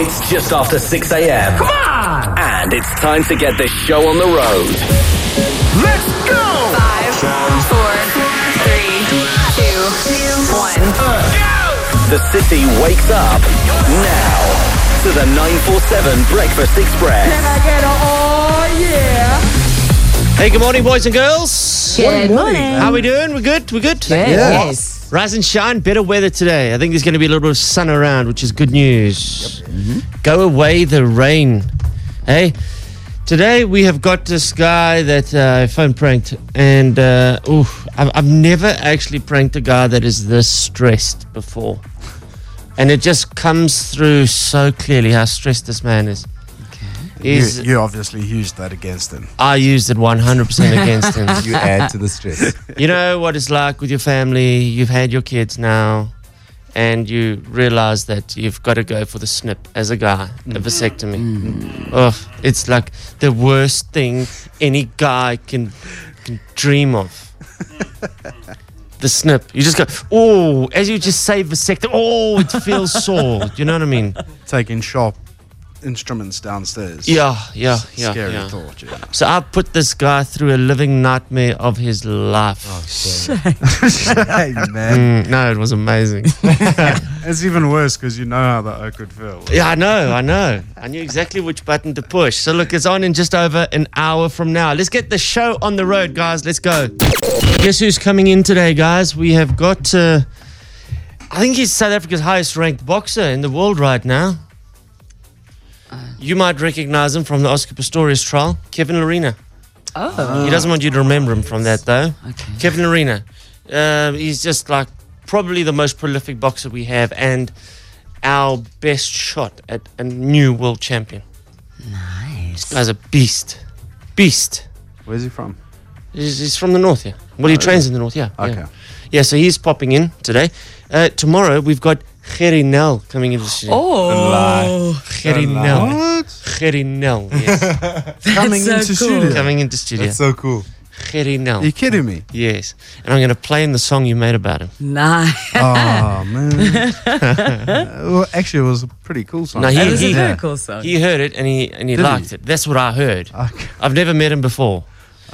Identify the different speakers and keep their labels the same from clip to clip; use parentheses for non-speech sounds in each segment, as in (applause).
Speaker 1: It's just after 6 a.m. Come on! And it's time to get this show on the road.
Speaker 2: Let's go!
Speaker 3: Five, four, three, two, one.
Speaker 1: The city wakes up now to the 947 Breakfast Express.
Speaker 3: oh,
Speaker 4: Hey, good morning, boys and girls.
Speaker 5: Good morning.
Speaker 4: How we doing? We're good. We're good.
Speaker 5: Yes.
Speaker 4: Rise and shine. Better weather today. I think there's going to be a little bit of sun around, which is good news.
Speaker 5: Mm-hmm.
Speaker 4: Go away the rain. Hey, today we have got this guy that uh, I phone pranked, and uh, ooh, I've, I've never actually pranked a guy that is this stressed before. And it just comes through so clearly how stressed this man is. Okay.
Speaker 6: You,
Speaker 4: Is
Speaker 6: you obviously used that against him.
Speaker 4: I used it 100% against him.
Speaker 7: (laughs) You add to the stress.
Speaker 4: you know what it's like with your family. You've had your kids now, and you realize that you've got to go for the snip as a guy,
Speaker 7: Mm.
Speaker 4: a vasectomy. Oh, it's like the worst thing any guy can, can dream
Speaker 7: (laughs)
Speaker 4: of. the snip. You just go, oh, as you just say vasectomy, oh, it feels sore. Do you know what I mean?
Speaker 6: Taking sharp instruments downstairs.
Speaker 4: Yeah, yeah, yeah.
Speaker 6: Scary
Speaker 4: yeah.
Speaker 6: thought, yeah.
Speaker 4: So I put this guy through a living nightmare of his life.
Speaker 6: Oh,
Speaker 4: (laughs)
Speaker 6: hey, man.
Speaker 4: Mm, no, it
Speaker 6: (laughs)
Speaker 4: was amazing.
Speaker 6: It's even worse because you know how Ah, that I could feel.
Speaker 4: Yeah, I know, I know. I knew exactly which button to push. So look, it's on in just over an hour from now. Let's get the show on the road, guys. Let's go. Guess who's coming in today, guys? We have got, uh, I think he's South Africa's highest ranked boxer in the world right now. You might recognize him from the Oscar Pistorius trial, Kevin Lorena.
Speaker 5: Oh.
Speaker 4: He doesn't want you to remember him from that, though.
Speaker 5: Okay.
Speaker 4: Kevin Arena. Um, he's just like probably the most prolific boxer we have and our best shot at a new world champion. This guy's a beast. Beast.
Speaker 6: Where's he from? Oh,
Speaker 4: He's, he's from the north, yeah. Well, he trains in the north, yeah. yeah.
Speaker 6: Okay.
Speaker 4: Yeah, so he's popping in today. Uh, tomorrow, we've got Gerry Nel coming into the studio.
Speaker 5: Oh.
Speaker 4: Gerry Nel.
Speaker 6: (laughs)
Speaker 4: Gerry Nel, yes.
Speaker 6: Coming
Speaker 5: so
Speaker 6: into
Speaker 5: cool.
Speaker 6: studio.
Speaker 4: coming into studio.
Speaker 7: That's so cool.
Speaker 4: Gerry Nel.
Speaker 6: Are you kidding me?
Speaker 4: Yes. And I'm going to play him the song you made about him.
Speaker 5: Nice.
Speaker 6: (laughs) Oh, man.
Speaker 4: (laughs)
Speaker 6: well, actually, it was a pretty cool song.
Speaker 4: No, he-
Speaker 5: That was a
Speaker 4: Yeah.
Speaker 5: very cool song.
Speaker 4: He heard it and he and he
Speaker 6: Did he?
Speaker 4: liked it. That's what I heard.
Speaker 6: Okay.
Speaker 4: I've never met him before,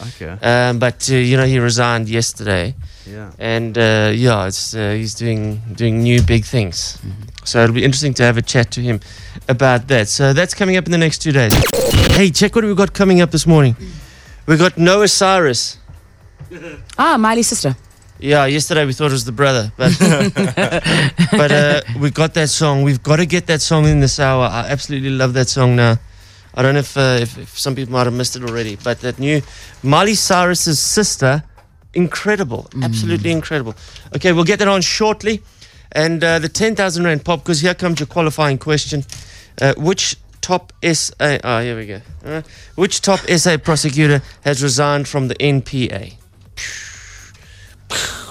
Speaker 6: okay.
Speaker 4: um, but uh, you know he resigned yesterday,
Speaker 6: Yeah.
Speaker 4: and uh, yeah, it's, uh, he's doing doing new big things.
Speaker 6: Mm-hmm.
Speaker 4: So it'll be interesting to have a chat to him about that. So that's coming up in the next two days. Hey, check what we've got coming up this morning. We've got Noah Cyrus.
Speaker 5: Ah, Miley's sister.
Speaker 4: Yeah, yesterday we thought it was the brother, but but uh, we got that song. We've got to get that song in this hour. I absolutely love that song now. I don't know if, uh, if, if some people might have missed it already, but that new Miley Cyrus's sister, incredible, absolutely incredible. Okay, we'll get that on shortly, and uh, the ten thousand rand pop because here comes your qualifying question: uh, Which top SA? Oh, here we go. Uh, which top SA prosecutor has resigned from the NPA?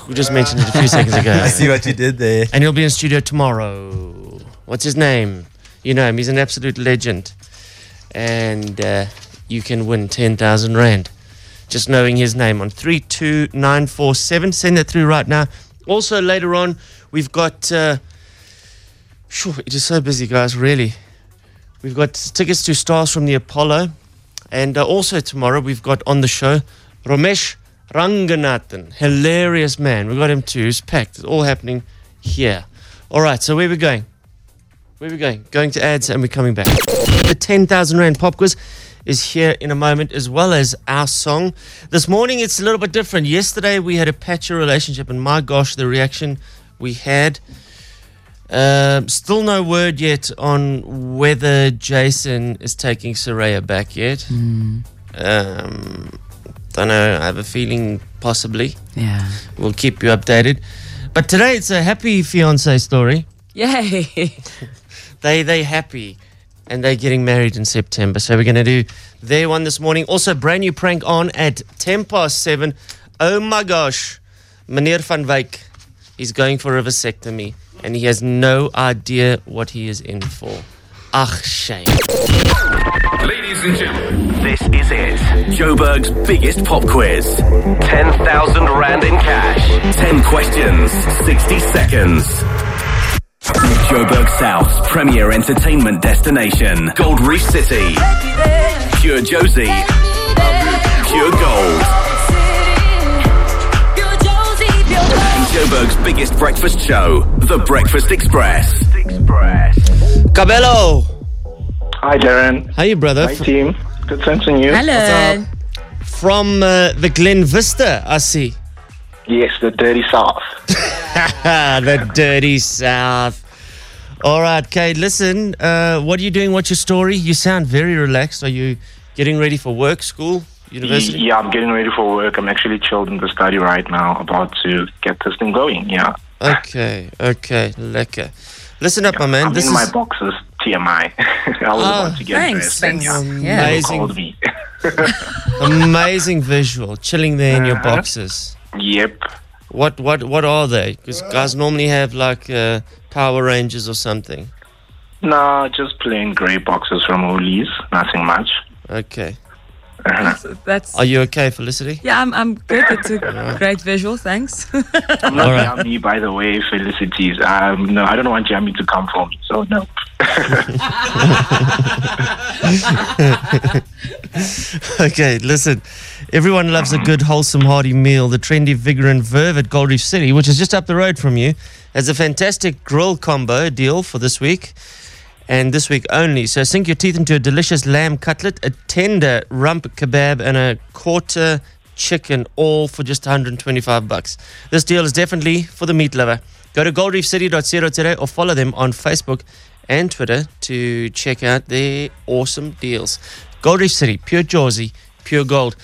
Speaker 4: We just mentioned it a few seconds ago.
Speaker 7: (laughs) I see what you did there.
Speaker 4: And he'll be in studio tomorrow. What's his name? You know him. He's an absolute legend. And uh, you can win 10,000 Rand. Just knowing his name on 32947. Send that through right now. Also, later on, we've got. Uh, phew, it is so busy, guys, really. We've got tickets to Stars from the Apollo. And uh, also tomorrow, we've got on the show Ramesh Ranganathan. Hilarious man. We've got him too. It's packed. It's all happening here. All right, so where we going? Where we going? Going to ads and we're coming back. The 10,000 Rand Pop Quiz is here in a moment, as well as our song. This morning it's a little bit different. Yesterday we had a patchy relationship, and my gosh, the reaction we had. Um, still no word yet on whether Jason is taking Soraya back yet. Um, don't know. I have a feeling possibly.
Speaker 5: Yeah.
Speaker 4: We'll keep you updated. But today it's a happy fiance story.
Speaker 5: Yay.
Speaker 4: They they happy and they're getting married in September. So we're gonna do their one this morning. Also brand new prank on at ten past seven. Oh my gosh. Meneer van Wyk is going for a vasectomy and he has no idea what he is in for. Ach shame.
Speaker 2: Ladies and gentlemen,
Speaker 1: This is it. Joburg's biggest pop quiz. 10,000 Rand in cash. 10 questions, 60 seconds. Joburg's South's premier entertainment destination, Gold Reef City. Pure Josie. Pure Gold. And Joburg's biggest breakfast show, The Breakfast Express.
Speaker 4: Cabello,
Speaker 8: Hi, Darren.
Speaker 4: how you, brother?
Speaker 8: Hi,
Speaker 4: F-
Speaker 8: team. Good thanks on you.
Speaker 5: Hello.
Speaker 4: From uh, the Glen Vista, I see.
Speaker 8: Yes, the dirty south.
Speaker 4: Ah, (laughs) the dirty South. All right, Kate. Listen, uh, what are you doing? What's your story? You sound very relaxed. Are you getting ready for work, school, university?
Speaker 8: Yeah, I'm getting ready for work. I'm actually chilled in the study right now, about to get this thing going. Yeah.
Speaker 4: Okay, okay, lekker. Listen up, my man.
Speaker 8: I'm
Speaker 4: this
Speaker 8: in my
Speaker 4: is Oh,
Speaker 8: boxes, TMI. I (laughs) was about to get
Speaker 5: Thanks.
Speaker 8: dressed. and uh, yeah,
Speaker 5: Thanks. Yeah.
Speaker 8: you
Speaker 4: Amazing.
Speaker 8: called me.
Speaker 4: (laughs)
Speaker 8: (laughs)
Speaker 4: amazing visual. Chilling there in your boxes.
Speaker 8: Uh-huh. yep.
Speaker 4: What, what, what are they? Because guys normally have like uh, Power Rangers or something.
Speaker 8: No, just plain grey boxes from Ollie's. Nothing much. Uh-huh.
Speaker 4: Okay.
Speaker 5: That's.
Speaker 4: Are you okay, Felicity?
Speaker 5: yeah, I'm, I'm good. It's a great visual. Thanks. (laughs)
Speaker 8: I'm not
Speaker 4: All right.
Speaker 8: yummy, by the way, Felicities. Um, no, I don't want yummy to come for me. So no.
Speaker 4: (laughs) Okay, listen. Everyone loves a good, wholesome, hearty meal. The trendy Vigor and Verve at Gold Reef City, which is just up the road from you, has a fantastic grill combo deal for this week and this week only. So sink your teeth into a delicious lamb cutlet, a tender rump kebab, and a quarter chicken, all for just 125 bucks. This deal is definitely for the meat lover. Go to goldreefcity.co today or follow them on Facebook and Twitter to check out their awesome deals. Gold Reef City, pure Jersey, pure gold.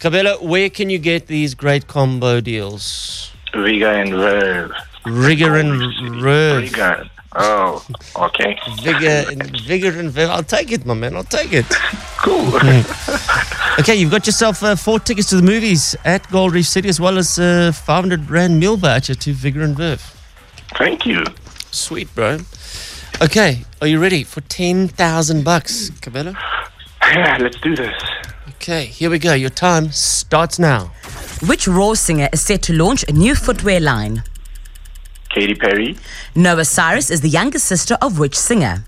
Speaker 4: Cabela, where can you get these great combo deals?
Speaker 8: Riga and Verve. (laughs)
Speaker 4: Rigor and Rev.
Speaker 8: Riga. Oh, okay.
Speaker 4: Vigor and vigor and verve. I'll take it, my man. I'll take it.
Speaker 8: (laughs) Cool.
Speaker 4: (laughs) Okay, you've got yourself uh, four tickets to the movies at Gold Reef City, as well as uh, 500 rand meal voucher to Vigor and Verve.
Speaker 8: Thank you.
Speaker 4: Sweet, bro. Okay, are you ready for 10,000 bucks, Cabello?
Speaker 8: Yeah, let's do this.
Speaker 4: Okay, here we go. Your time starts now.
Speaker 9: Which raw singer is set to launch a new footwear line?
Speaker 8: Katy Perry,
Speaker 9: Noah Cyrus is the younger sister of which singer?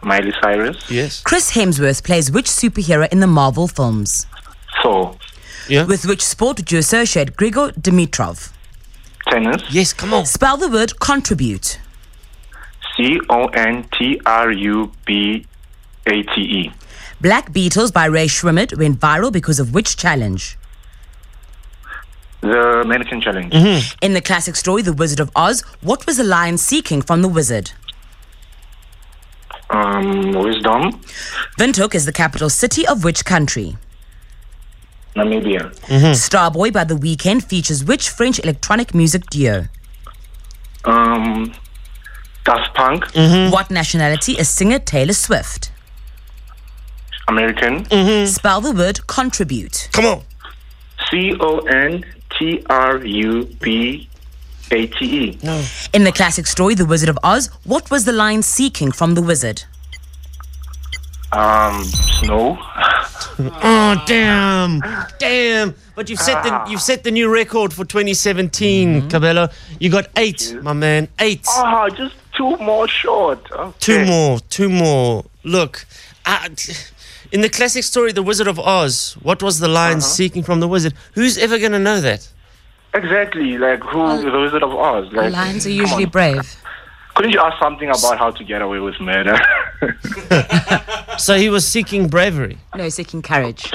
Speaker 8: Miley Cyrus,
Speaker 4: Yes.
Speaker 9: Chris Hemsworth plays which superhero in the Marvel films?
Speaker 8: Thor,
Speaker 4: Yeah.
Speaker 9: With which sport would you associate Grigor Dimitrov?
Speaker 8: tennis,
Speaker 4: yes, come on.
Speaker 9: Spell the word contribute.
Speaker 8: C O N T R U B A T E,
Speaker 9: Black Beatles by Ray Schwimmett went viral because of which challenge?
Speaker 8: the mannequin challenge,
Speaker 4: Mm-hmm.
Speaker 9: In the classic story The Wizard of Oz, what was the lion seeking from the wizard?
Speaker 8: um, wisdom,
Speaker 9: Windhoek is the capital city of which country?
Speaker 8: Namibia,
Speaker 4: Mm-hmm.
Speaker 9: Starboy by The Weekend features which French electronic music duo?
Speaker 8: um, Daft Punk,
Speaker 4: Mm-hmm.
Speaker 9: What nationality is singer Taylor Swift?
Speaker 8: American,
Speaker 4: Mm-hmm.
Speaker 9: Spell the word contribute.
Speaker 4: Come on.
Speaker 8: C O N T R U B A T E,
Speaker 9: In the classic story The Wizard of Oz, what was the lion seeking from the wizard?
Speaker 8: um, snow, (laughs)
Speaker 4: Oh, damn. Damn. But you've set the, you've set the new record for 2017,
Speaker 8: Mm-hmm.
Speaker 4: Cabello. You got eight, my man. Eight.
Speaker 8: oh, just two more short, okay.
Speaker 4: Two more, two more. Look, I, in the classic story, The Wizard of Oz, what was the
Speaker 8: Uh-huh.
Speaker 4: lion seeking from the wizard? Who's ever going to know that?
Speaker 8: exactly, like who, the Wizard of Oz, like,
Speaker 5: Lions are usually brave.
Speaker 8: couldn't you ask something about how to get away with murder? (laughs)
Speaker 4: So he was seeking bravery.
Speaker 5: No, seeking courage.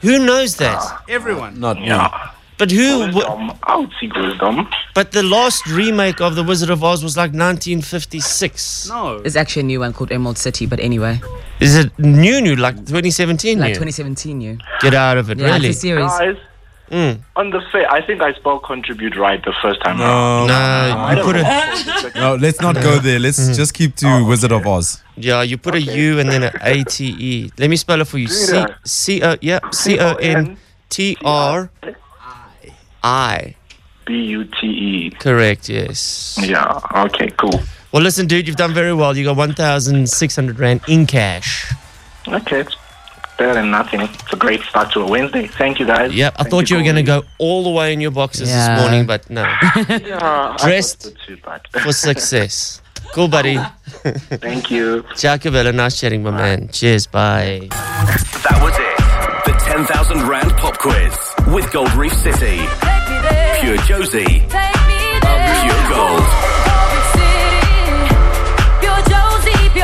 Speaker 4: Who knows that?
Speaker 8: Ah.
Speaker 6: Everyone.
Speaker 7: Not
Speaker 8: yeah,
Speaker 4: But who? W-
Speaker 8: wisdom, I would seek wisdom.
Speaker 4: but the last remake of The Wizard of Oz was like 1956.
Speaker 6: No.
Speaker 5: There's actually a new one called Emerald City, but anyway,
Speaker 4: Is it new, new, like 2017?
Speaker 5: like
Speaker 4: new?
Speaker 5: 2017, you.
Speaker 4: Get out of it,
Speaker 5: Yeah,
Speaker 4: really? Mm.
Speaker 5: it's a series.
Speaker 8: Guys, on the fair, I think I spelled contribute right the first time. around.
Speaker 7: No, no.
Speaker 4: No, you put a
Speaker 7: let's not go there. Let's
Speaker 6: Mm-hmm.
Speaker 7: just keep
Speaker 6: Oh,
Speaker 7: to Wizard of Oz.
Speaker 4: yeah, you put a U and then a A T E. Let me spell it for you. C
Speaker 8: Peter.
Speaker 4: C O yeah C O N T R I.
Speaker 8: B U T E.
Speaker 4: Correct, yes.
Speaker 8: Yeah. Okay. Cool.
Speaker 4: Well, listen, dude, you've done very well. You got 1,600 Rand in cash.
Speaker 8: Okay. It's better than nothing. It's a great start to a Wednesday. Thank you, guys.
Speaker 4: Yep, I
Speaker 8: Thank
Speaker 4: thought you were going to
Speaker 8: for-
Speaker 4: go all the way in your boxes
Speaker 5: Yeah.
Speaker 4: this morning, but no.
Speaker 8: Yeah, I thought
Speaker 4: dressed.
Speaker 8: so too, but- (laughs)
Speaker 4: For success. Cool, buddy.
Speaker 10: Thank you.
Speaker 4: Ciao, Cabello. Nice chatting, my man. Cheers. Bye.
Speaker 1: That was it. The 10,000 Rand Pop Quiz with Gold Reef City. Pure Josie. Pure Gold.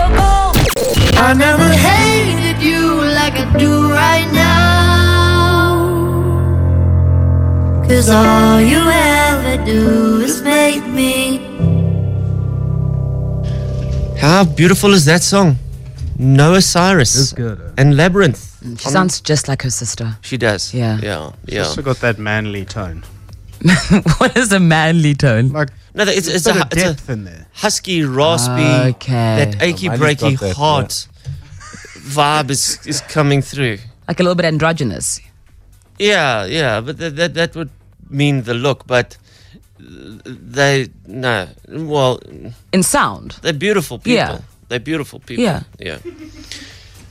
Speaker 11: I never hated you like I do right now. Cause all you ever do is make me.
Speaker 4: How beautiful is that song? Noah Cyrus.
Speaker 12: eh?
Speaker 4: And Labyrinth.
Speaker 5: She sounds just like her sister.
Speaker 4: She does.
Speaker 5: Yeah.
Speaker 9: (laughs)
Speaker 4: Yeah.
Speaker 12: She's
Speaker 4: Yeah.
Speaker 12: also got that manly tone.
Speaker 5: what is a manly tone?
Speaker 12: Like,
Speaker 4: No, it's, it's,
Speaker 12: it's
Speaker 4: a,
Speaker 12: a bit of
Speaker 4: it's a
Speaker 12: depth in there.
Speaker 4: husky, raspy,
Speaker 5: Okay.
Speaker 4: that achy,
Speaker 13: Miley's
Speaker 4: breaky
Speaker 13: got that,
Speaker 4: heart vibe is, is coming through.
Speaker 5: Like a little bit androgynous.
Speaker 4: Yeah, yeah, but that that, that would mean the look, but they no, well,
Speaker 5: In sound.
Speaker 4: they're beautiful people.
Speaker 5: Yeah.
Speaker 4: They're beautiful people.
Speaker 5: Yeah.
Speaker 4: yeah.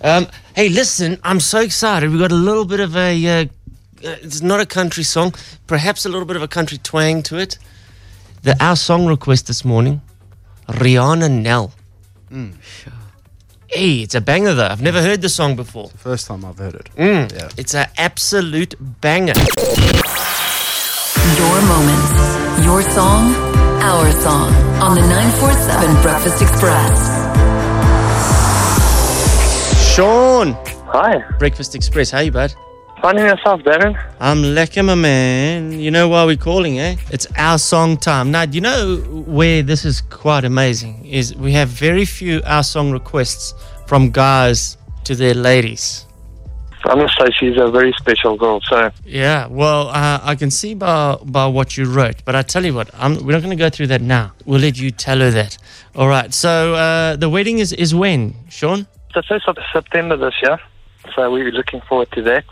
Speaker 4: Um, hey, listen, I'm so excited. We've got a little bit of a. Uh, uh, it's not a country song, perhaps a little bit of a country twang to it. The our song request this morning, Rihanna Nell.
Speaker 12: Mm.
Speaker 4: Hey, it's a banger though. I've never heard the song before. Mm.
Speaker 12: First time I've heard it. Yeah.
Speaker 4: It's an absolute banger.
Speaker 9: Your moments, your song, our song on the 947 Breakfast Express.
Speaker 4: Sean,
Speaker 10: Hi.
Speaker 4: Breakfast Express. How you, bud?
Speaker 10: Finding yourself, Darren?
Speaker 4: I'm lekker, my man. You know why we're calling, eh? It's our song time. Now, do you know where this is quite amazing? Is we have very few our song requests from guys to their ladies.
Speaker 10: I must say she's a very special girl, so
Speaker 4: Yeah, well, uh, I can see by by what you wrote, but I tell you what, I'm, we're not going to go through that now. We'll let you tell her that. All right. So uh, the wedding is is when, Sean?
Speaker 10: the first of September this year. So we're looking forward to that.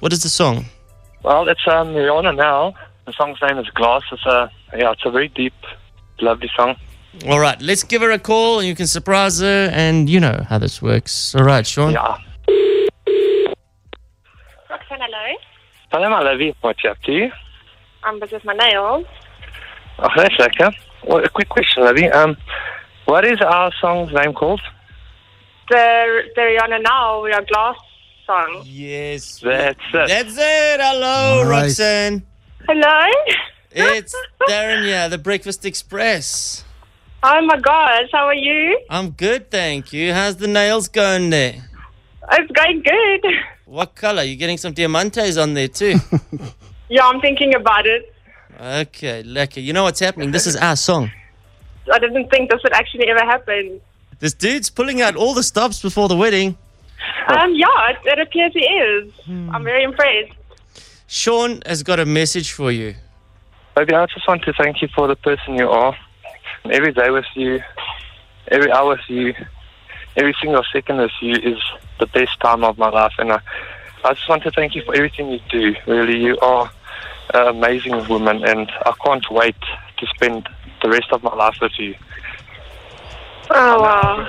Speaker 4: What is the song?
Speaker 10: Well, it's um Rihanna now. The song's name is Glass. It's a yeah, it's a very deep, lovely song.
Speaker 4: All right, let's give her a call and you can surprise her, and you know how this works. All right, Sean.
Speaker 10: Yeah.
Speaker 14: Roxanne, hello.
Speaker 10: Hello, my lovey. What you up to?
Speaker 14: I'm busy with my nails.
Speaker 10: Oh, that's lekker. Well, a quick question, lovey. Um, what is our song's name called?
Speaker 14: The, the Rihanna Now, We Are Glass song.
Speaker 4: Yes.
Speaker 10: That's it.
Speaker 4: That's it. Hello,
Speaker 12: Nice.
Speaker 4: Roxanne.
Speaker 14: Hello?
Speaker 4: It's Darren here, the Breakfast Express.
Speaker 14: Oh my gosh, how are you?
Speaker 4: I'm good, thank you. How's the nails going there?
Speaker 14: It's going good.
Speaker 4: What color? You're getting some diamantes on there
Speaker 14: (laughs)
Speaker 4: too.
Speaker 14: Yeah, I'm thinking about it.
Speaker 4: okay, lucky. You know what's happening? This is our song.
Speaker 14: I didn't think this would actually ever happen.
Speaker 4: This dude's pulling out all the stops before the wedding.
Speaker 14: Um, yeah, it, it appears he is. I'm very impressed.
Speaker 4: Sean has got a message for you.
Speaker 10: Baby, I just want to thank you for the person you are. Every day with you, every hour with you, every single second with you is the best time of my life. And I, I just want to thank you for everything you do. Really, you are an amazing woman, and I can't wait to spend the rest of my life with you.
Speaker 14: Oh, wow.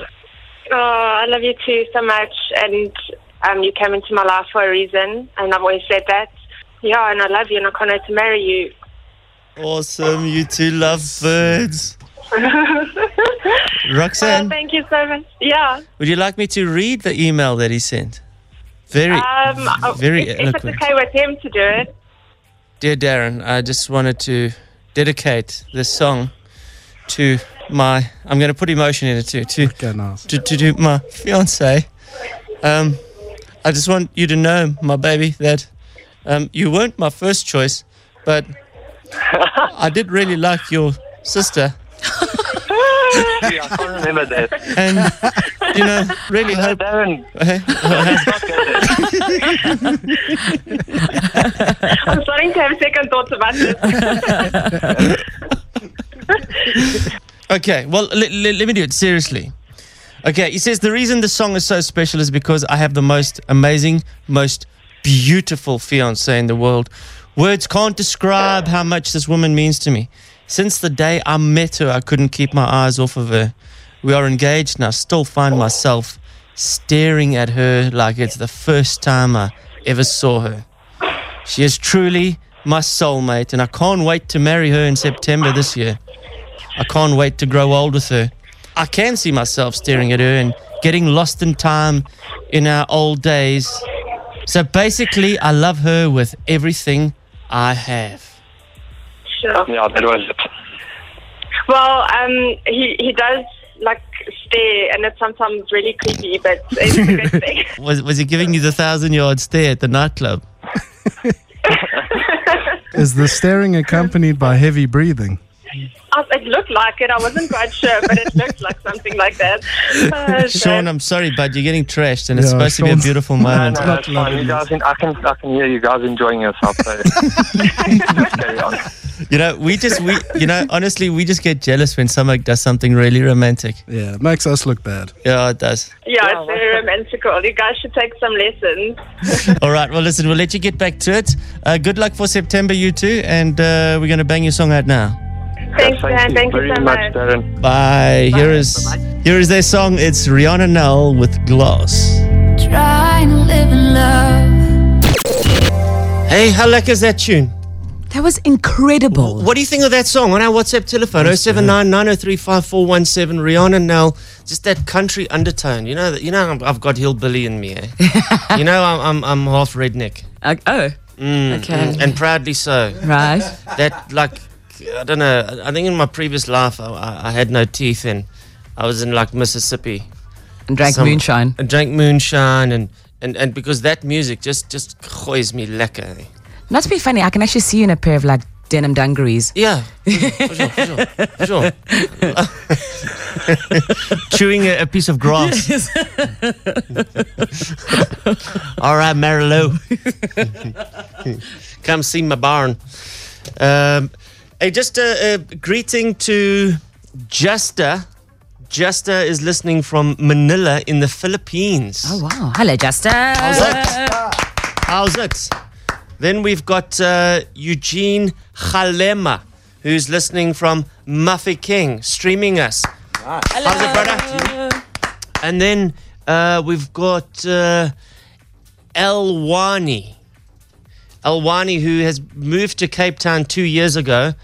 Speaker 14: Oh, I love you too so much. And um, you came into my life for a reason. And I've always said that. Yeah, and I love you, and I can't wait to marry you. (laughs)
Speaker 4: Awesome, you two lovebirds.
Speaker 14: Oh,
Speaker 4: Roxanne,
Speaker 14: thank you so much. Yeah.
Speaker 4: would you like me to read the email that he sent? Very,
Speaker 14: Um,
Speaker 4: very
Speaker 14: if, if it's
Speaker 4: eloquent.
Speaker 14: okay with him to do
Speaker 4: (laughs)
Speaker 14: it.
Speaker 4: Dear Darren, I just wanted to dedicate this song to my. I'm going to put emotion in it too. To
Speaker 12: Go nice.
Speaker 4: to, to, to my
Speaker 11: (laughs)
Speaker 4: fiance. Um, I just want you to know, my baby, that um, you weren't my first choice,
Speaker 14: (laughs)
Speaker 4: but I did really like your sister,
Speaker 10: Yeah, I can't remember that.
Speaker 4: and you know, really
Speaker 10: No,
Speaker 4: hope.
Speaker 10: Darren, (laughs)
Speaker 4: eh?
Speaker 14: I'm starting to have second thoughts about
Speaker 4: (laughs)
Speaker 14: this.
Speaker 4: Okay, well, l- l- let me do it seriously. Okay, he says the reason the song is so special is because I have the most amazing, most beautiful fiance in the world. Words can't describe how much this woman means to me. Since the day I met her, I couldn't keep my eyes off of her. We are engaged, and I still find myself staring at her like it's the first time I ever saw her. She is truly my soulmate, and I can't wait to marry her in September this year. I can't wait to grow old with her. I can see myself staring at her and getting lost in time in our old days. So basically, I love her with everything I have.
Speaker 14: Sure.
Speaker 8: Yeah, that was it.
Speaker 14: Well, um, he he does like stare, and it's sometimes really creepy,
Speaker 4: (laughs)
Speaker 14: but it's a good thing.
Speaker 4: Was, was he giving you the thousand yard stare at the nightclub?
Speaker 6: Is the staring accompanied by heavy breathing?
Speaker 14: Oh, it looked like it. I wasn't quite sure, but it looked like something like
Speaker 4: (laughs)
Speaker 14: that. Uh, so-
Speaker 4: Sean, I'm sorry, bud. You're getting trashed, and it's
Speaker 6: Yeah,
Speaker 4: supposed to be a
Speaker 6: Sean's- (laughs)
Speaker 4: beautiful
Speaker 6: No,
Speaker 4: moment.
Speaker 8: No, no, it's fine. You guys, I can, I can hear you guys enjoying yourself. So carry on.
Speaker 4: You know, we just we you know honestly we just get jealous when someone does something really romantic.
Speaker 6: Yeah, it makes us look bad.
Speaker 4: Yeah, it does.
Speaker 14: yeah, it's very romantical. You guys should take some lessons.
Speaker 4: (laughs) All right, well listen, we'll let you get back to it. Uh, good luck for September, you two, and uh, we're gonna bang your song out now.
Speaker 14: Thanks, man. Thank you so much.
Speaker 4: Bye. Here is here is their song. It's Rihanna Null with Glass.
Speaker 15: Trying to live in love.
Speaker 4: Hey, how luck is that tune?
Speaker 5: That was incredible. uh-huh.
Speaker 4: What do you think of that song on our WhatsApp telephone? 079 903 5417. Rihanna Null. Just that country undertone. You know that you know I'm, I've got hillbilly
Speaker 5: (laughs)
Speaker 4: in me, eh? you know I'm, I'm I'm half redneck.
Speaker 5: oh.
Speaker 4: Mm,
Speaker 5: Okay.
Speaker 4: mm, and proudly so.
Speaker 5: Right.
Speaker 4: That like I don't know. I- I think in my previous life I, I, I had no teeth and I was in like Mississippi.
Speaker 5: And drank moonshine.
Speaker 4: And drank moonshine and, and, and because that music just just goois me lekker. eh?
Speaker 5: Not to be funny, I can actually see you in a pair of like denim dungarees.
Speaker 4: Yeah. For sure, for sure, for sure. Chewing a, a piece of grass. (laughs) All right, Marilou. (laughs) Come see my barn. Um, hey, just a, a greeting to Justa. Justa is listening from Manila in the Philippines.
Speaker 5: Oh wow. Hello, Justin.
Speaker 4: How's it? How's it? Then we've got uh, Eugene Khalema, who's listening from Muffy King, streaming us. How's it, brother? And then uh, we've got uh, Elwani. Elwani, who has moved to Cape Town two years ago,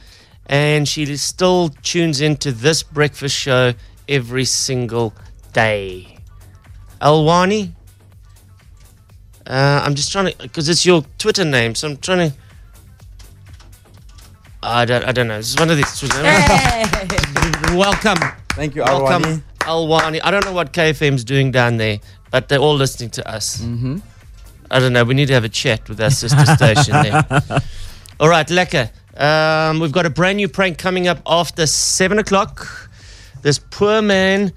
Speaker 4: and she still tunes into this breakfast show every single day. Elwani, uh, I'm just trying to because it's your Twitter name, so I'm trying to. I don't, I don't know. It's one of these. Hmm. Welcome.
Speaker 16: Thank you,
Speaker 4: Welcome, Alwani. I don't know what KFM's doing down there, but they're all listening to us. Mm-hmm. I don't know. We need to have a chat with our sister station
Speaker 16: (laughs)
Speaker 4: there. All right, lekker. Um, we've got a brand new prank coming up after seven o'clock. This poor man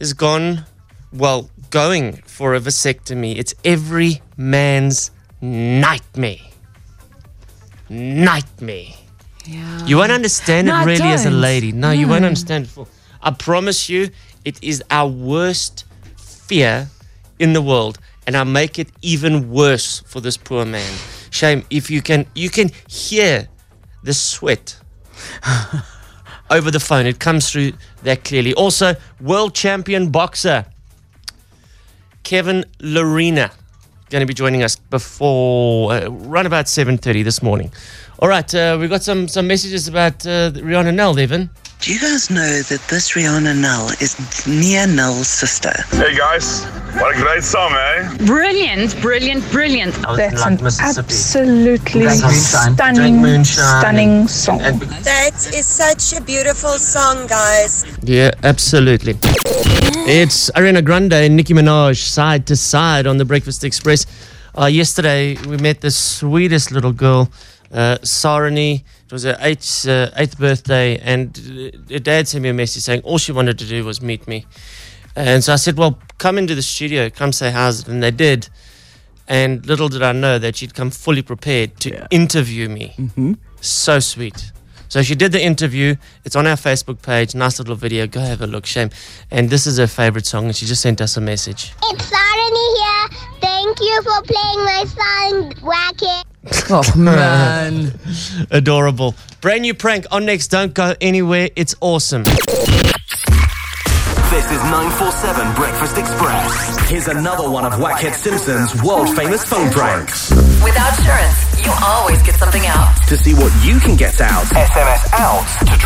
Speaker 4: is gone, well, going for a vasectomy. It's every man's nightmare. Nightmare.
Speaker 5: Yeah.
Speaker 4: You won't understand
Speaker 5: No, I
Speaker 4: it really as a
Speaker 5: don't.
Speaker 4: lady. No, you won't
Speaker 5: No.
Speaker 4: understand it. full. I promise you, it is our worst fear in the world, and I make it even worse for this poor man. Shame if you can you can hear the
Speaker 5: (laughs)
Speaker 4: sweat over the phone. It comes through that clearly. Also, world champion boxer Kevin Lorena going to be joining us before uh, around about 7.30 this morning. All right, uh, we've got some, some messages about uh, Rihanna Nell, Evan.
Speaker 17: Do you guys know that this Rihanna Null is near Null's sister?
Speaker 2: Hey guys, what a great song, eh?
Speaker 18: Brilliant, brilliant, brilliant.
Speaker 2: was in, like, Mississippi.
Speaker 18: absolutely
Speaker 2: Drank moonshine. Drank moonshine and-
Speaker 18: song.
Speaker 19: That is such a beautiful song, guys.
Speaker 4: Yeah, absolutely. It's Ariana Grande and Nicki Minaj side to side on the Breakfast Express. Uh, yesterday, we met the sweetest little girl, uh, Sarani. It was her eighth, uh, eighth birthday, and uh, her dad sent me a message saying all she wanted to do was meet me. And so I said, Well, come into the studio, come say how's it. And they did. And little did I know that she'd come fully prepared to interview me. Mm-hmm. So sweet. So she did the interview. It's on our Facebook page. Nice little video. Go have a look, Shame. And this is her favorite song, and she just sent us a message.
Speaker 20: It's Sarani here. Thank you for playing my song, Wacky.
Speaker 4: (laughs) Oh, man. Adorable. Brand new prank on next. Don't go anywhere. It's awesome.
Speaker 1: This is 947 Breakfast Express. Here's another one of Wackhead Simpson's world famous phone pranks.
Speaker 21: With Outsurance, You always get something out.
Speaker 1: To see what you can get out, SMS out to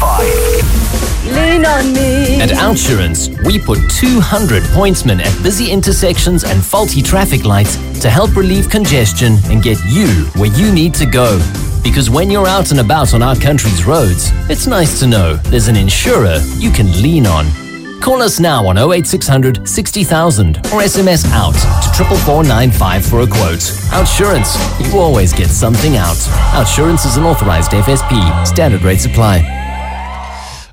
Speaker 1: 44495.
Speaker 16: Lean on me.
Speaker 22: At Outsurance, we put 200 pointsmen at busy intersections and faulty traffic lights to help relieve congestion and get you where you need to go. Because when you're out and about on our country's roads, it's nice to know there's an insurer you can lean on. Call us now on 08600 60000 or SMS out to 44495 for a quote. Outsurance, you always get something out. Outsurance is an authorized FSP. Standard rate supply.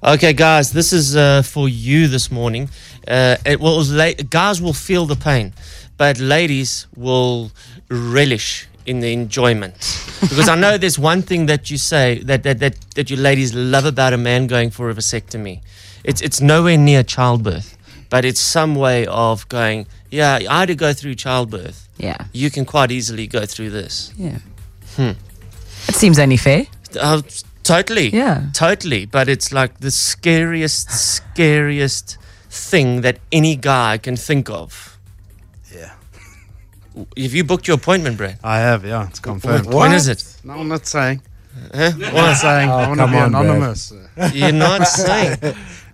Speaker 4: Okay, guys, this is uh, for you this morning. Uh, it will, la- guys will feel the pain, but ladies will relish in the enjoyment. Because I know (laughs) there's one thing that you say that, that, that, that you ladies love about a man going for a vasectomy. It's, it's nowhere near childbirth, but it's some way of going, yeah, I had to go through childbirth.
Speaker 5: Yeah.
Speaker 4: You can quite easily go through this.
Speaker 5: Yeah.
Speaker 4: Hmm.
Speaker 5: It seems only fair.
Speaker 4: Uh, totally.
Speaker 5: Yeah.
Speaker 4: Totally. But it's like the scariest, scariest thing that any guy can think of. Yeah. (laughs) Have you booked your appointment, Brad?
Speaker 6: I have, yeah. It's confirmed.
Speaker 4: When is it?
Speaker 6: No, I'm not saying. (laughs)
Speaker 4: Huh? Oh,
Speaker 6: I'm not saying. I want to be anonymous. (laughs)
Speaker 4: You're not saying.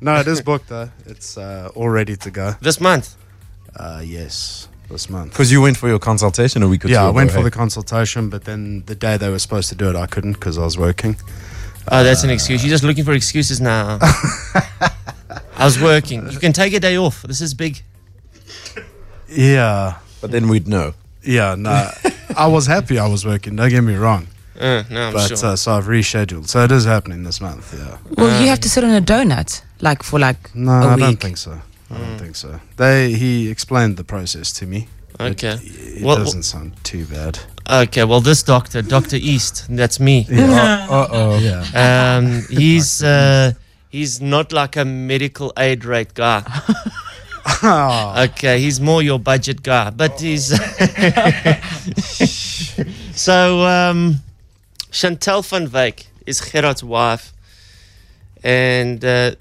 Speaker 6: no, it is booked, though. It's uh, all ready to go.
Speaker 4: This month?
Speaker 6: Uh, yes, this month.
Speaker 7: Because you went for your consultation a week or two
Speaker 6: yeah, I went
Speaker 7: ago,
Speaker 6: for
Speaker 7: eh?
Speaker 6: the consultation, but then the day they were supposed to do it, I couldn't because I was working.
Speaker 4: Oh, that's an excuse. You're just looking for
Speaker 6: (laughs)
Speaker 4: excuses now. I was working. You can take a day off. This is big.
Speaker 6: Yeah.
Speaker 7: But then we'd know.
Speaker 6: Yeah,
Speaker 7: (laughs)
Speaker 6: no. I was happy I was working, don't get me wrong.
Speaker 4: Uh, no, I'm
Speaker 6: but
Speaker 4: sure.
Speaker 6: uh, so I've rescheduled. So it is happening this month, yeah. Uh,
Speaker 5: Well, you have to sit on a donut, like for like
Speaker 6: No,
Speaker 5: a
Speaker 6: I
Speaker 5: week.
Speaker 6: don't think so. I don't
Speaker 4: Mm.
Speaker 6: think so. They he explained the process to me.
Speaker 4: Okay.
Speaker 6: It, it
Speaker 4: Well-
Speaker 6: doesn't sound too bad.
Speaker 4: Okay, well, this doctor, Dr. East, that's me.
Speaker 6: Yeah. Uh oh. Yeah.
Speaker 4: Um, he's uh, he's not like a medical aid rate guy. okay, he's more your budget guy, but he's (laughs) so um, Chantel van Wyk is Gerard's wife, and uh,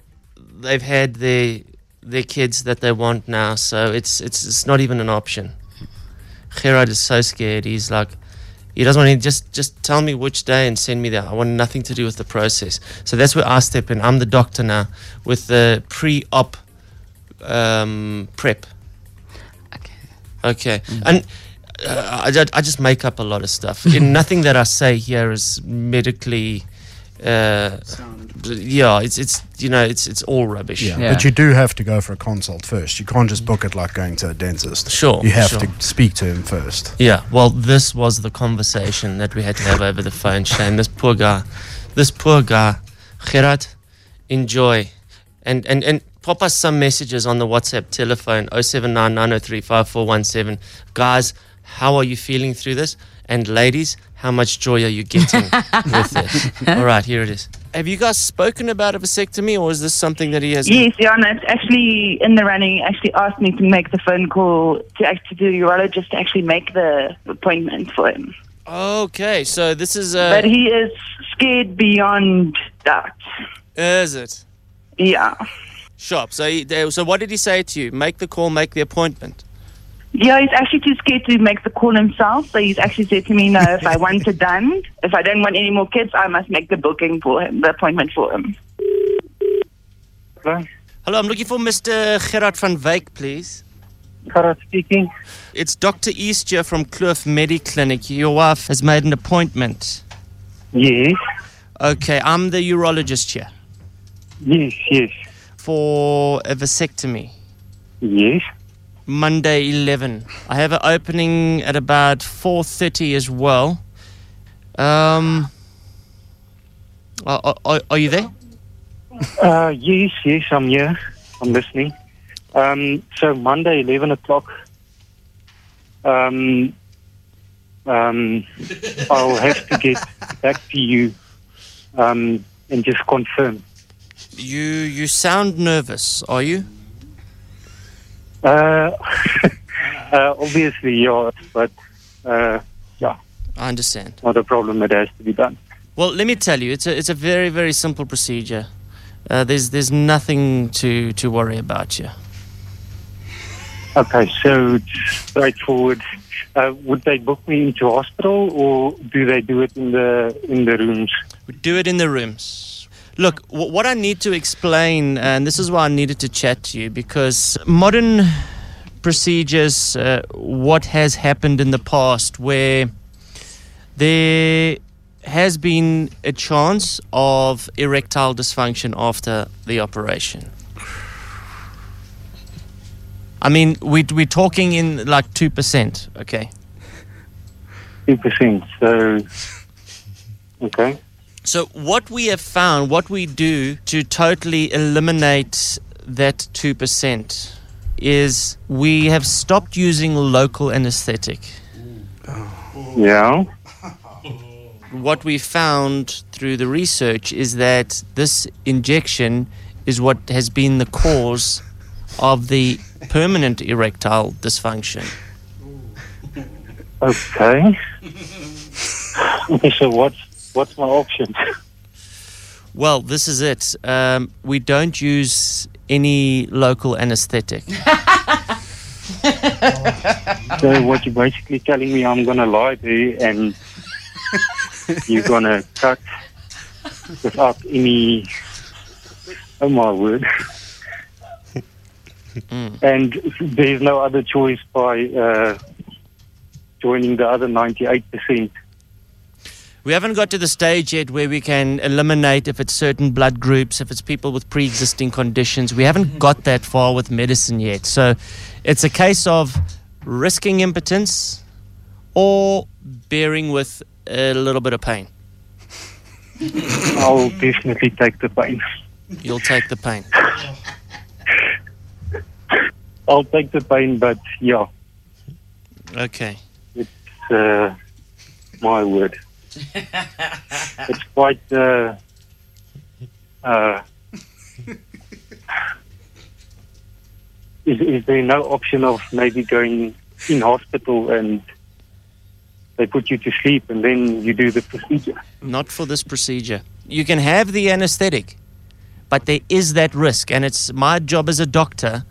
Speaker 4: they've had their their kids that they want now, so it's it's it's not even an option. Gerard is so scared. He's like, he doesn't want to just just tell me which day and send me there. I want nothing to do with the process. So that's where I step in. I'm the doctor now with the pre-op um, prep. Okay. Okay. And uh, I, ju- I just make up a lot of stuff. In nothing that I say here is medically. Uh, yeah, it's it's you know it's it's all rubbish.
Speaker 6: But you do have to go for a consult first. You can't just book it like going to a dentist.
Speaker 4: Sure,
Speaker 6: You have
Speaker 4: sure.
Speaker 6: to speak to him first.
Speaker 4: Yeah, well, this was the conversation that we had to have over the phone, Shane. This poor guy, this poor guy, Gerard, enjoy. And, and, and pop us some messages on the WhatsApp telephone 079 903 5417. Guys, how are you feeling through this? And ladies, how much joy are you getting with this? All right, here it is. Have you guys spoken about a vasectomy, or is this something that he has?
Speaker 23: Yes, Yana, it's actually in the running. He Actually asked me to make the phone call to actually to the urologist to actually make the appointment for him.
Speaker 4: Okay, so this is. Uh,
Speaker 23: but he is scared beyond doubt.
Speaker 4: Is it?
Speaker 23: Yeah.
Speaker 4: Shop. So, he, they- so what did he say to you? Make the call, make the appointment.
Speaker 23: Yeah, he's actually too scared to make the call himself. So he's actually said to me, "No, if I want it done, if I don't want any more kids, I must make the booking for him, the appointment for him."
Speaker 4: Hello. I'm looking for Mr. Gerard van Wyk, please.
Speaker 23: Gerard speaking.
Speaker 4: It's Dr. East here from Kloof Medi Clinic. Your wife has made an appointment.
Speaker 24: Yes.
Speaker 4: Okay, I'm the urologist here.
Speaker 24: Yes, yes.
Speaker 4: For a vasectomy.
Speaker 24: Yes.
Speaker 4: Monday 11. I have an opening at about 4.30 as well. Um, are, are, are you there?
Speaker 24: Uh, yes, yes, I'm here. I'm listening. Um, so Monday, eleven o'clock. Um, um, (laughs) I'll have to get back to you um, and just confirm.
Speaker 4: You, you sound nervous, are you?
Speaker 24: Uh, (laughs) uh, obviously, yeah, but uh, yeah,
Speaker 4: I understand.
Speaker 24: not a problem. It has to be done.
Speaker 4: Well, let me tell you, it's a, it's a very, very simple procedure. Uh, there's, there's nothing to, to worry about here.
Speaker 24: Okay, so it's straightforward. Uh, would they book me into hospital, or do they do it in the in the rooms?
Speaker 4: Do it in the rooms. Look, w- what I need to explain, and this is why I needed to chat to you, because modern procedures, uh, what has happened in the past, where there has been a chance of erectile dysfunction after the operation. I mean, we, we're talking in like 2%, okay?
Speaker 24: Two percent. So, okay.
Speaker 4: So, what we have found, what we do to totally eliminate that 2% is we have stopped using local anesthetic.
Speaker 24: Yeah.
Speaker 4: What we found through the research is that this injection is what has been the cause of the permanent erectile dysfunction.
Speaker 24: Okay. (laughs) so what's what's my option?
Speaker 4: Well, this is it. Um, we don't use any local anesthetic.
Speaker 24: So what you're basically telling me, I'm gonna lie there and you're gonna cut without any. Oh my word! And there's no other choice by uh, joining the other 98 percent.
Speaker 4: We haven't got to the stage yet where we can eliminate if it's certain blood groups, if it's people with pre existing conditions. We haven't got that far with medicine yet. So it's a case of risking impotence or bearing with a little bit of pain.
Speaker 24: I'll definitely take the pain.
Speaker 4: You'll take the pain.
Speaker 24: I'll take the pain, but yeah,
Speaker 4: Okay.
Speaker 24: it's, uh, my word. it's quite. Uh, uh, is, is there no option of maybe going in hospital and they put you to sleep and then you do the procedure?
Speaker 4: Not for this procedure. You can have the anesthetic, but there is that risk, and it's my job as a doctor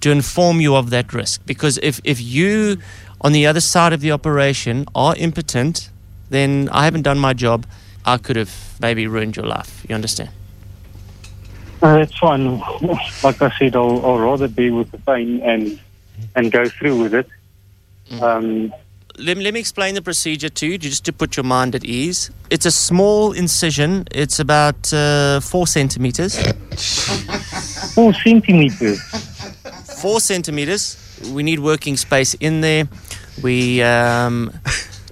Speaker 4: to inform you of that risk. Because if, if you, on the other side of the operation, are impotent, then I haven't done my job. I could have maybe ruined your life. You understand?
Speaker 24: Uh, it's fine. Like I said, I'll, I'll rather be with the pain and and go through with it. Um,
Speaker 4: let, me- let me explain the procedure to you, just to put your mind at ease. It's a small incision. It's about uh, four centimeters.
Speaker 24: four centimeters.
Speaker 4: Four centimeters. We need working space in there. We um,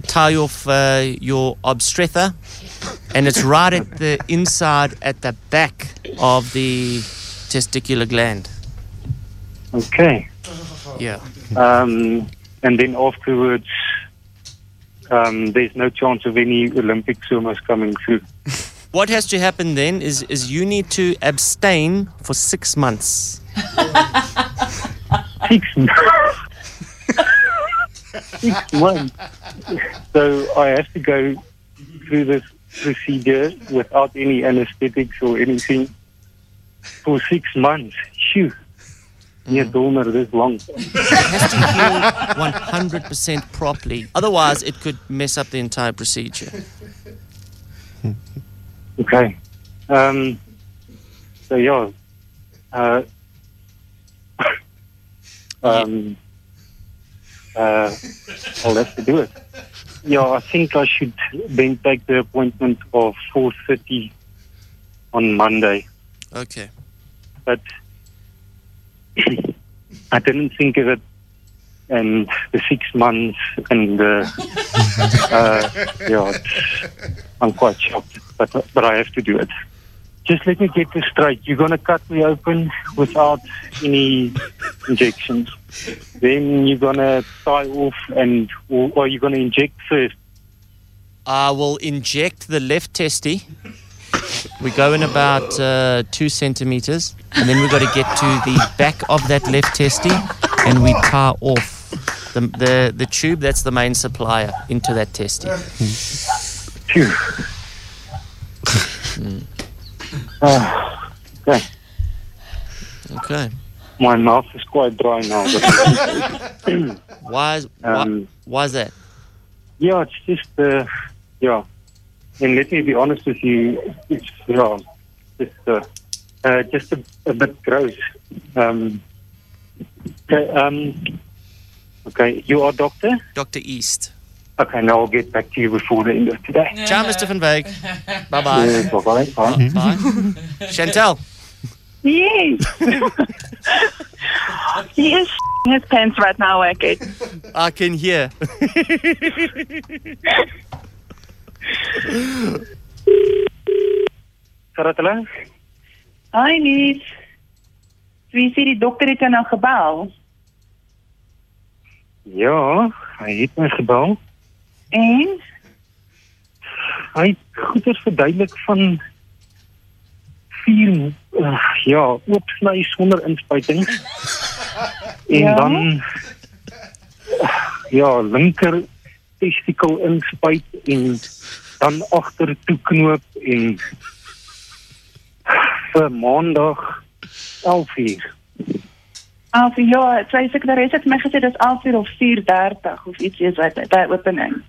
Speaker 4: tie off uh, your obstrether, and it's right at the inside, at the back of the testicular gland.
Speaker 24: Okay.
Speaker 4: Yeah.
Speaker 24: Um, and then afterwards, um, there's no chance of any Olympic swimmers coming through.
Speaker 4: What has to happen then is, is you need to abstain for six months.
Speaker 24: six
Speaker 4: (laughs)
Speaker 24: months? Six months. So I have to go through this procedure without any anesthetics or anything for six months. Phew. Yeah, Dormer, this long.
Speaker 4: has to heal 100% properly. Otherwise, it could mess up the entire procedure.
Speaker 24: Okay. Um, so yeah. Uh, (laughs) um, uh, I'll have to do it. Yeah, I think I should then take the appointment of four thirty on Monday.
Speaker 4: Okay.
Speaker 24: But (clears throat) I didn't think of it, and the six months and uh, uh, yeah, it's- I'm quite shocked. But but I have to do it. Just let me get this straight. You're gonna cut me open without any injections. Then you're gonna tie off, and or, or you're gonna inject first.
Speaker 4: I will inject the left testy. We go in about uh, two centimeters, and then we've got to get to the back of that left testy, and we tar off the, the, the tube that's the main supplier into that testy.
Speaker 24: Phew. Ah, okay. (laughs)
Speaker 4: Okay.
Speaker 24: My mouth is quite dry now. But
Speaker 4: why, is,
Speaker 24: Um,
Speaker 4: why? Why is that?
Speaker 24: Yeah, it's just uh, yeah. And let me be honest with you, it's yeah, just uh, uh, just a, a bit gross. Um, okay, um, okay, you are doctor.
Speaker 4: Doctor East.
Speaker 24: Okay, now I'll get back to you before the end of today.
Speaker 4: Ciao, Mr. Van Beek. Bye bye.
Speaker 24: Yes, bye-bye. Bye.
Speaker 4: Mm-hmm. Bye. Chantel.
Speaker 23: Yes. (laughs) he is his pants right now, I get.
Speaker 4: I can hear. (laughs)
Speaker 24: Karatala?
Speaker 23: Hi, lief. Wie sê die dokter het jou nou gebel?
Speaker 24: Ja, hy het my gebel.
Speaker 23: En
Speaker 24: Hy het goeie verduidelik van vier uh, ja, oopsny sonder inspuiting. en
Speaker 23: Ja?
Speaker 24: dan ja, linker testikel inspuit en dan agter toe knoop en vir maandag 11 uur.
Speaker 23: af ja, sy sekretaris het my gesê dis 11:00 of 4:30 of iets is wat by opening.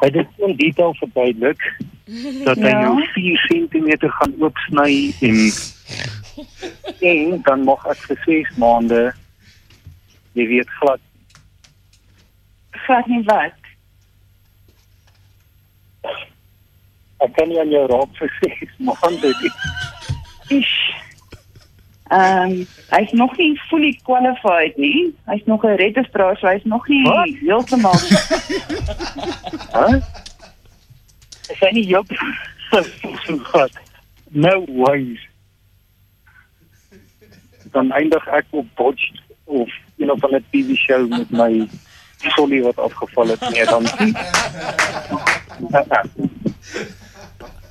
Speaker 24: Hy het dit in detail verduidelik dat hy
Speaker 23: Ja.
Speaker 24: nou 4 cm gaan oopsny en en dan mag ek vir 6 maande jy weet glad
Speaker 23: Vat nie wat.
Speaker 24: ek kan nie aan jou raak vir (laughs) 6 maande nie.
Speaker 23: Ish. Ehm um, hy's nog nie fully qualified nie. Hy's nog 'n registrar, so hy's nog nie
Speaker 24: Wat?
Speaker 23: heeltemal.
Speaker 24: Hæ? Is hy nie nou jop so gat? No way. Dan eindig ek op botch of een of ander TV show met my solly wat afgeval het nee (laughs) dan.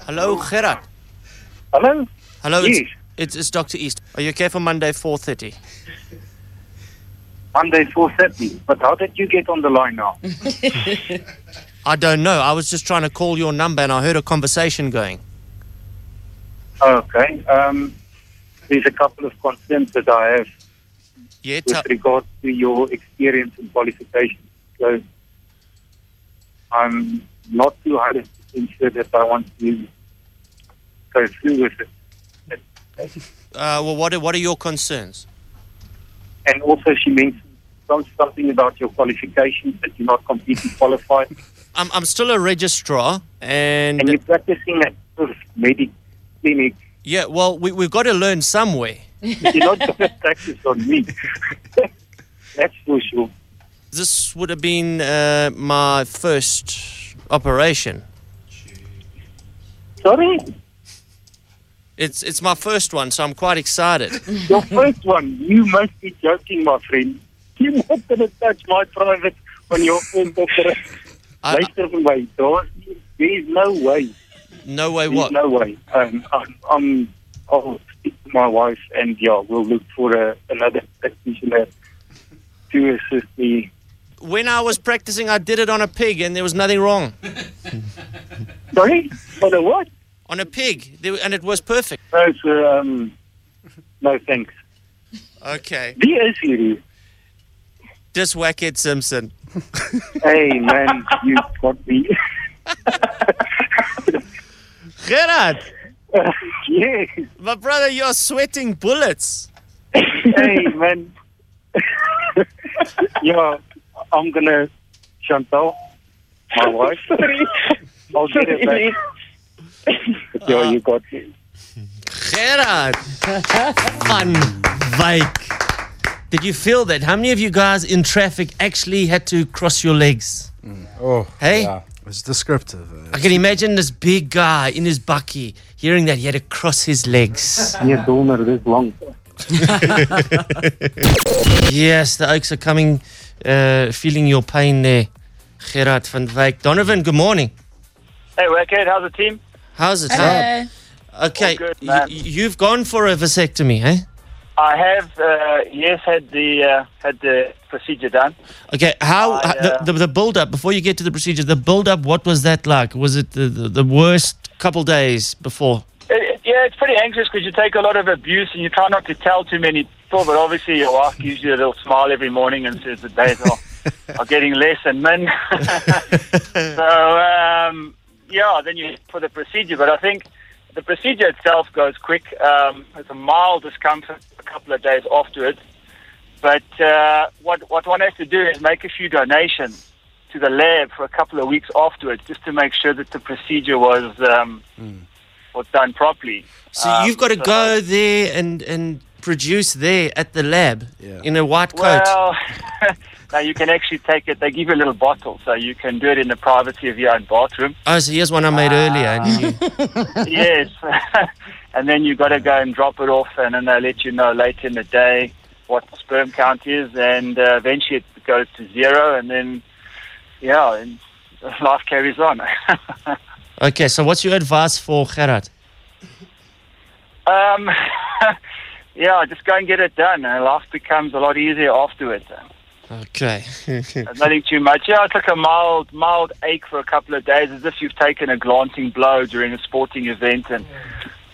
Speaker 4: Hello, Gerard.
Speaker 24: Hello.
Speaker 4: Hello. It's,
Speaker 24: Yes.
Speaker 4: it's, it's Doctor East. Are you okay for Monday four thirty?
Speaker 24: Monday 4:30. But how did you get on the line (laughs) now?
Speaker 4: I don't know. I was just trying to call your number and I heard a conversation going.
Speaker 24: Okay. Um, there's a couple of concerns that I have
Speaker 4: Yeah, tell,
Speaker 24: with regard to your experience and qualifications. So I'm not too 100% sure that I want to go through with it.
Speaker 4: uh, well, what are, what are your concerns?
Speaker 24: And also, she mentioned some- something about your qualifications that you're not completely qualified.
Speaker 4: (laughs) I'm, I'm still a registrar and.
Speaker 24: And you're practicing at sort of medic clinic.
Speaker 4: Yeah, well, we, we've got to learn somewhere.
Speaker 24: You're not going to practice on
Speaker 4: (laughs)
Speaker 24: me. That's for sure.
Speaker 4: This would have been uh, my first operation.
Speaker 24: Sorry?
Speaker 4: It's, it's my first one, so I'm quite excited.
Speaker 24: Your first one, you must be joking, my friend. You're not going to touch my private on your first operation. Later, my door. There's no way.
Speaker 4: No way
Speaker 24: There's
Speaker 4: what?
Speaker 24: no way. Um, I'm, I'm, I'll speak to my wife, and yeah, we'll look for a, another practitioner to assist me.
Speaker 4: When I was practicing, I did it on a pig and there was nothing wrong.
Speaker 24: (laughs) Sorry? On a what?
Speaker 4: On a pig, there, and it was perfect.
Speaker 24: No, sir, um, no thanks.
Speaker 4: Okay.
Speaker 24: Wie is hierdie?
Speaker 4: Just whack it, Simpson.
Speaker 24: (laughs) Hey, man, you got me.
Speaker 4: (laughs) Gerard!
Speaker 24: (laughs) yes.
Speaker 4: My brother, you're sweating bullets.
Speaker 24: hey, man. (laughs) yeah, I'm going to Chantal, my wife. Sorry. I'll get it back. But yeah, you got me.
Speaker 4: Gerard! Van Wyk. Did you feel that? How many of you guys in traffic actually had to cross your legs?
Speaker 6: Oh,
Speaker 4: Hey?
Speaker 6: it's descriptive. eh?
Speaker 4: I can imagine this big guy in his bucky hearing that he had to cross his legs.
Speaker 24: Yeah, Donor, this long.
Speaker 4: (laughs) yes, the Oaks are coming, uh, feeling your pain there. Gerard van Wyk. Donovan, good morning.
Speaker 16: Hey, Wicked, how's the team?
Speaker 4: How's it?
Speaker 16: Hello.
Speaker 4: Huh? Okay,
Speaker 16: All good,
Speaker 4: y-
Speaker 16: man.
Speaker 4: you've gone for a vasectomy, eh?
Speaker 16: I have, uh, yes, had the uh, had the procedure done.
Speaker 4: Okay, how
Speaker 16: I, uh,
Speaker 4: h- the, the the build up before you get to the procedure? The build up, what was that like? Was it the, the, the worst couple days before?
Speaker 16: It, it- yeah, it's pretty anxious because you take a lot of abuse and you try not to tell too many people, but obviously your wife gives you a little smile every morning and says the days are, are getting less and min. (laughs) so, um, yeah, then you for the procedure. But I think the procedure itself goes quick. Um, it's a mild discomfort a couple of days afterwards. But uh, what, what one has to do is make a few donations to the lab for a couple of weeks afterwards just to make sure that the procedure was, um, was done properly.
Speaker 4: So
Speaker 16: Um,
Speaker 4: you've got to
Speaker 16: so-
Speaker 4: go there and and produce there at the lab in a white coat.
Speaker 16: Well, (laughs) now you can actually take it. They give you a little bottle, so you can do it in the privacy of your own
Speaker 4: (laughs)
Speaker 16: bathroom.
Speaker 4: oh, so here's one I made
Speaker 16: uh,
Speaker 4: earlier. And
Speaker 16: (laughs)
Speaker 4: you,
Speaker 16: yes, (laughs) and then you got to go and drop it off, and then they let you know later in the day what the sperm count is, and uh, eventually it goes to zero, and then yeah, and (laughs) life carries on. (laughs)
Speaker 4: okay, so what's your advice for Gerard?
Speaker 16: um, (laughs) yeah, just go and get it done, and life becomes a lot easier afterwards.
Speaker 4: Okay.
Speaker 16: It's Nothing too much. Yeah, it's like a mild, mild ache for a couple of days, as if you've taken a glancing blow during a sporting event, and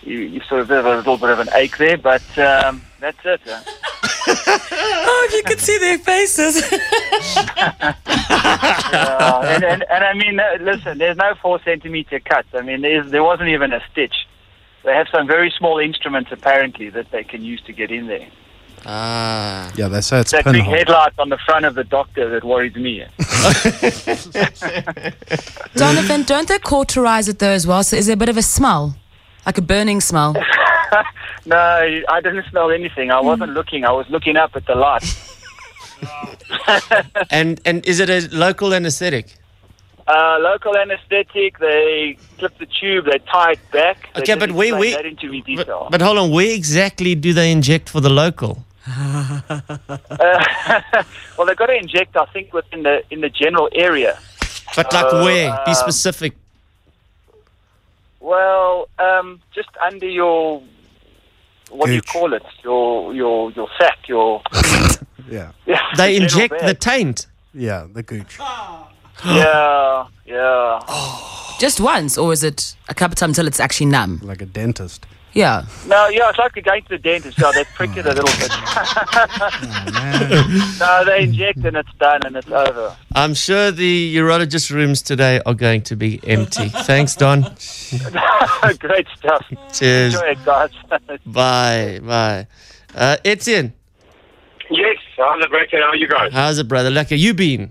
Speaker 16: you, you sort of have a little bit of an ache there. But um, that's it. uh.
Speaker 9: oh, (laughs) if you could see
Speaker 16: (laughs)
Speaker 9: their faces.
Speaker 16: Uh, and, and, and I mean, uh, listen, there's no four centimeter cut. I mean, there's, there wasn't even a stitch. They have some very small instruments apparently that they can use to get in there.
Speaker 4: Ah.
Speaker 6: Yeah, they say it's
Speaker 16: that big
Speaker 6: pinhole.
Speaker 16: headlight (laughs) on the front of the doctor that worries me.
Speaker 9: Donovan, don't they cauterize it though as well? So is there a bit of a smell? Like a burning
Speaker 4: (laughs)
Speaker 9: smell?
Speaker 16: No, I didn't smell anything.
Speaker 4: Hmm.
Speaker 16: I wasn't looking. I was looking up at the
Speaker 4: (laughs)
Speaker 16: light.
Speaker 4: and and is it a local anesthetic?
Speaker 16: Uh, local anesthetic. They clip the tube. They tie it back. They
Speaker 4: Okay, but
Speaker 16: didn't
Speaker 4: we-
Speaker 16: explain
Speaker 4: we-
Speaker 16: that into me detail.
Speaker 4: But hold on, where exactly do they inject for the local?
Speaker 16: uh, (laughs) well, they got to inject. I think within the in the general area.
Speaker 4: But like
Speaker 16: Oh,
Speaker 4: where? Be
Speaker 16: um,
Speaker 4: specific.
Speaker 16: Well, um, just under your what do you call it? Your your your sack.
Speaker 4: (laughs)
Speaker 16: Your
Speaker 6: Yeah.
Speaker 16: yeah.
Speaker 4: They
Speaker 16: general
Speaker 4: inject the
Speaker 16: bag.
Speaker 4: taint.
Speaker 6: Yeah, the gooch.
Speaker 16: yeah, yeah.
Speaker 9: Just once, or is it a couple times till it's actually numb?
Speaker 6: Like a dentist.
Speaker 9: Yeah.
Speaker 16: No, yeah, it's like going to the dentist. So they prick it a little bit. no, they inject and it's done and it's over. (laughs)
Speaker 4: I'm sure the urologist rooms today are going to be empty. Thanks, Don.
Speaker 16: Great stuff.
Speaker 4: Cheers.
Speaker 16: Enjoy it, guys. (laughs)
Speaker 4: Bye. Bye. Uh, Etienne,
Speaker 25: Yes, I'm the breaker. How are you guys?
Speaker 4: how's it, brother? Like, you been?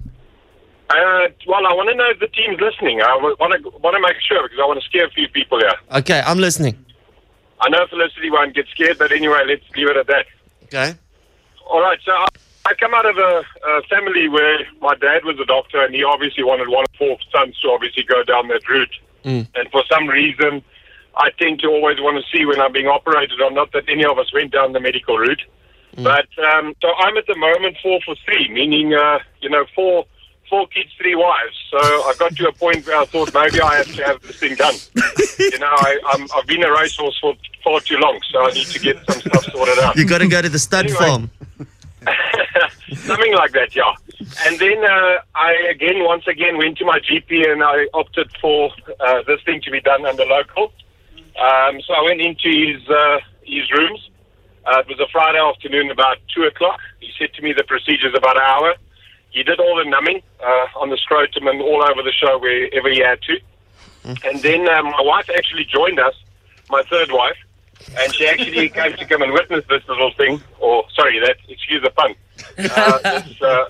Speaker 25: Uh, well, I want to know if the team's listening. I want to want to make sure because I want to scare a few people here.
Speaker 4: Okay, I'm listening.
Speaker 25: I know Felicity won't get scared, but anyway, let's leave it at that.
Speaker 4: Okay.
Speaker 25: All right, so I, I come out of a, a family where my dad was a doctor, and he obviously wanted one of four sons to obviously go down that route. And for some reason, I tend to always want to see when I'm being operated or not that any of us went down the medical route. But um, so I'm at the moment four for three, meaning uh, you know four four kids, three wives. So I got to a point where I thought maybe I have to have this thing done. you know, I, I'm, I've been a racehorse for far too long, so I need to get some stuff sorted out.
Speaker 4: You got to go to the stud farm.
Speaker 25: something like that, yeah. And then uh, I again, once again, went to my GP and I opted for uh, this thing to be done under local. Um, so I went into his uh, his rooms. Uh, it was a Friday afternoon, about two o'clock. He said to me the procedure's about an hour. He did all the numbing uh, on the scrotum and all over the show wherever he had to. And then uh, my wife actually joined us, my third wife, and she actually (laughs) came to come and witness this little thing, or sorry, that excuse the pun, uh, this, uh,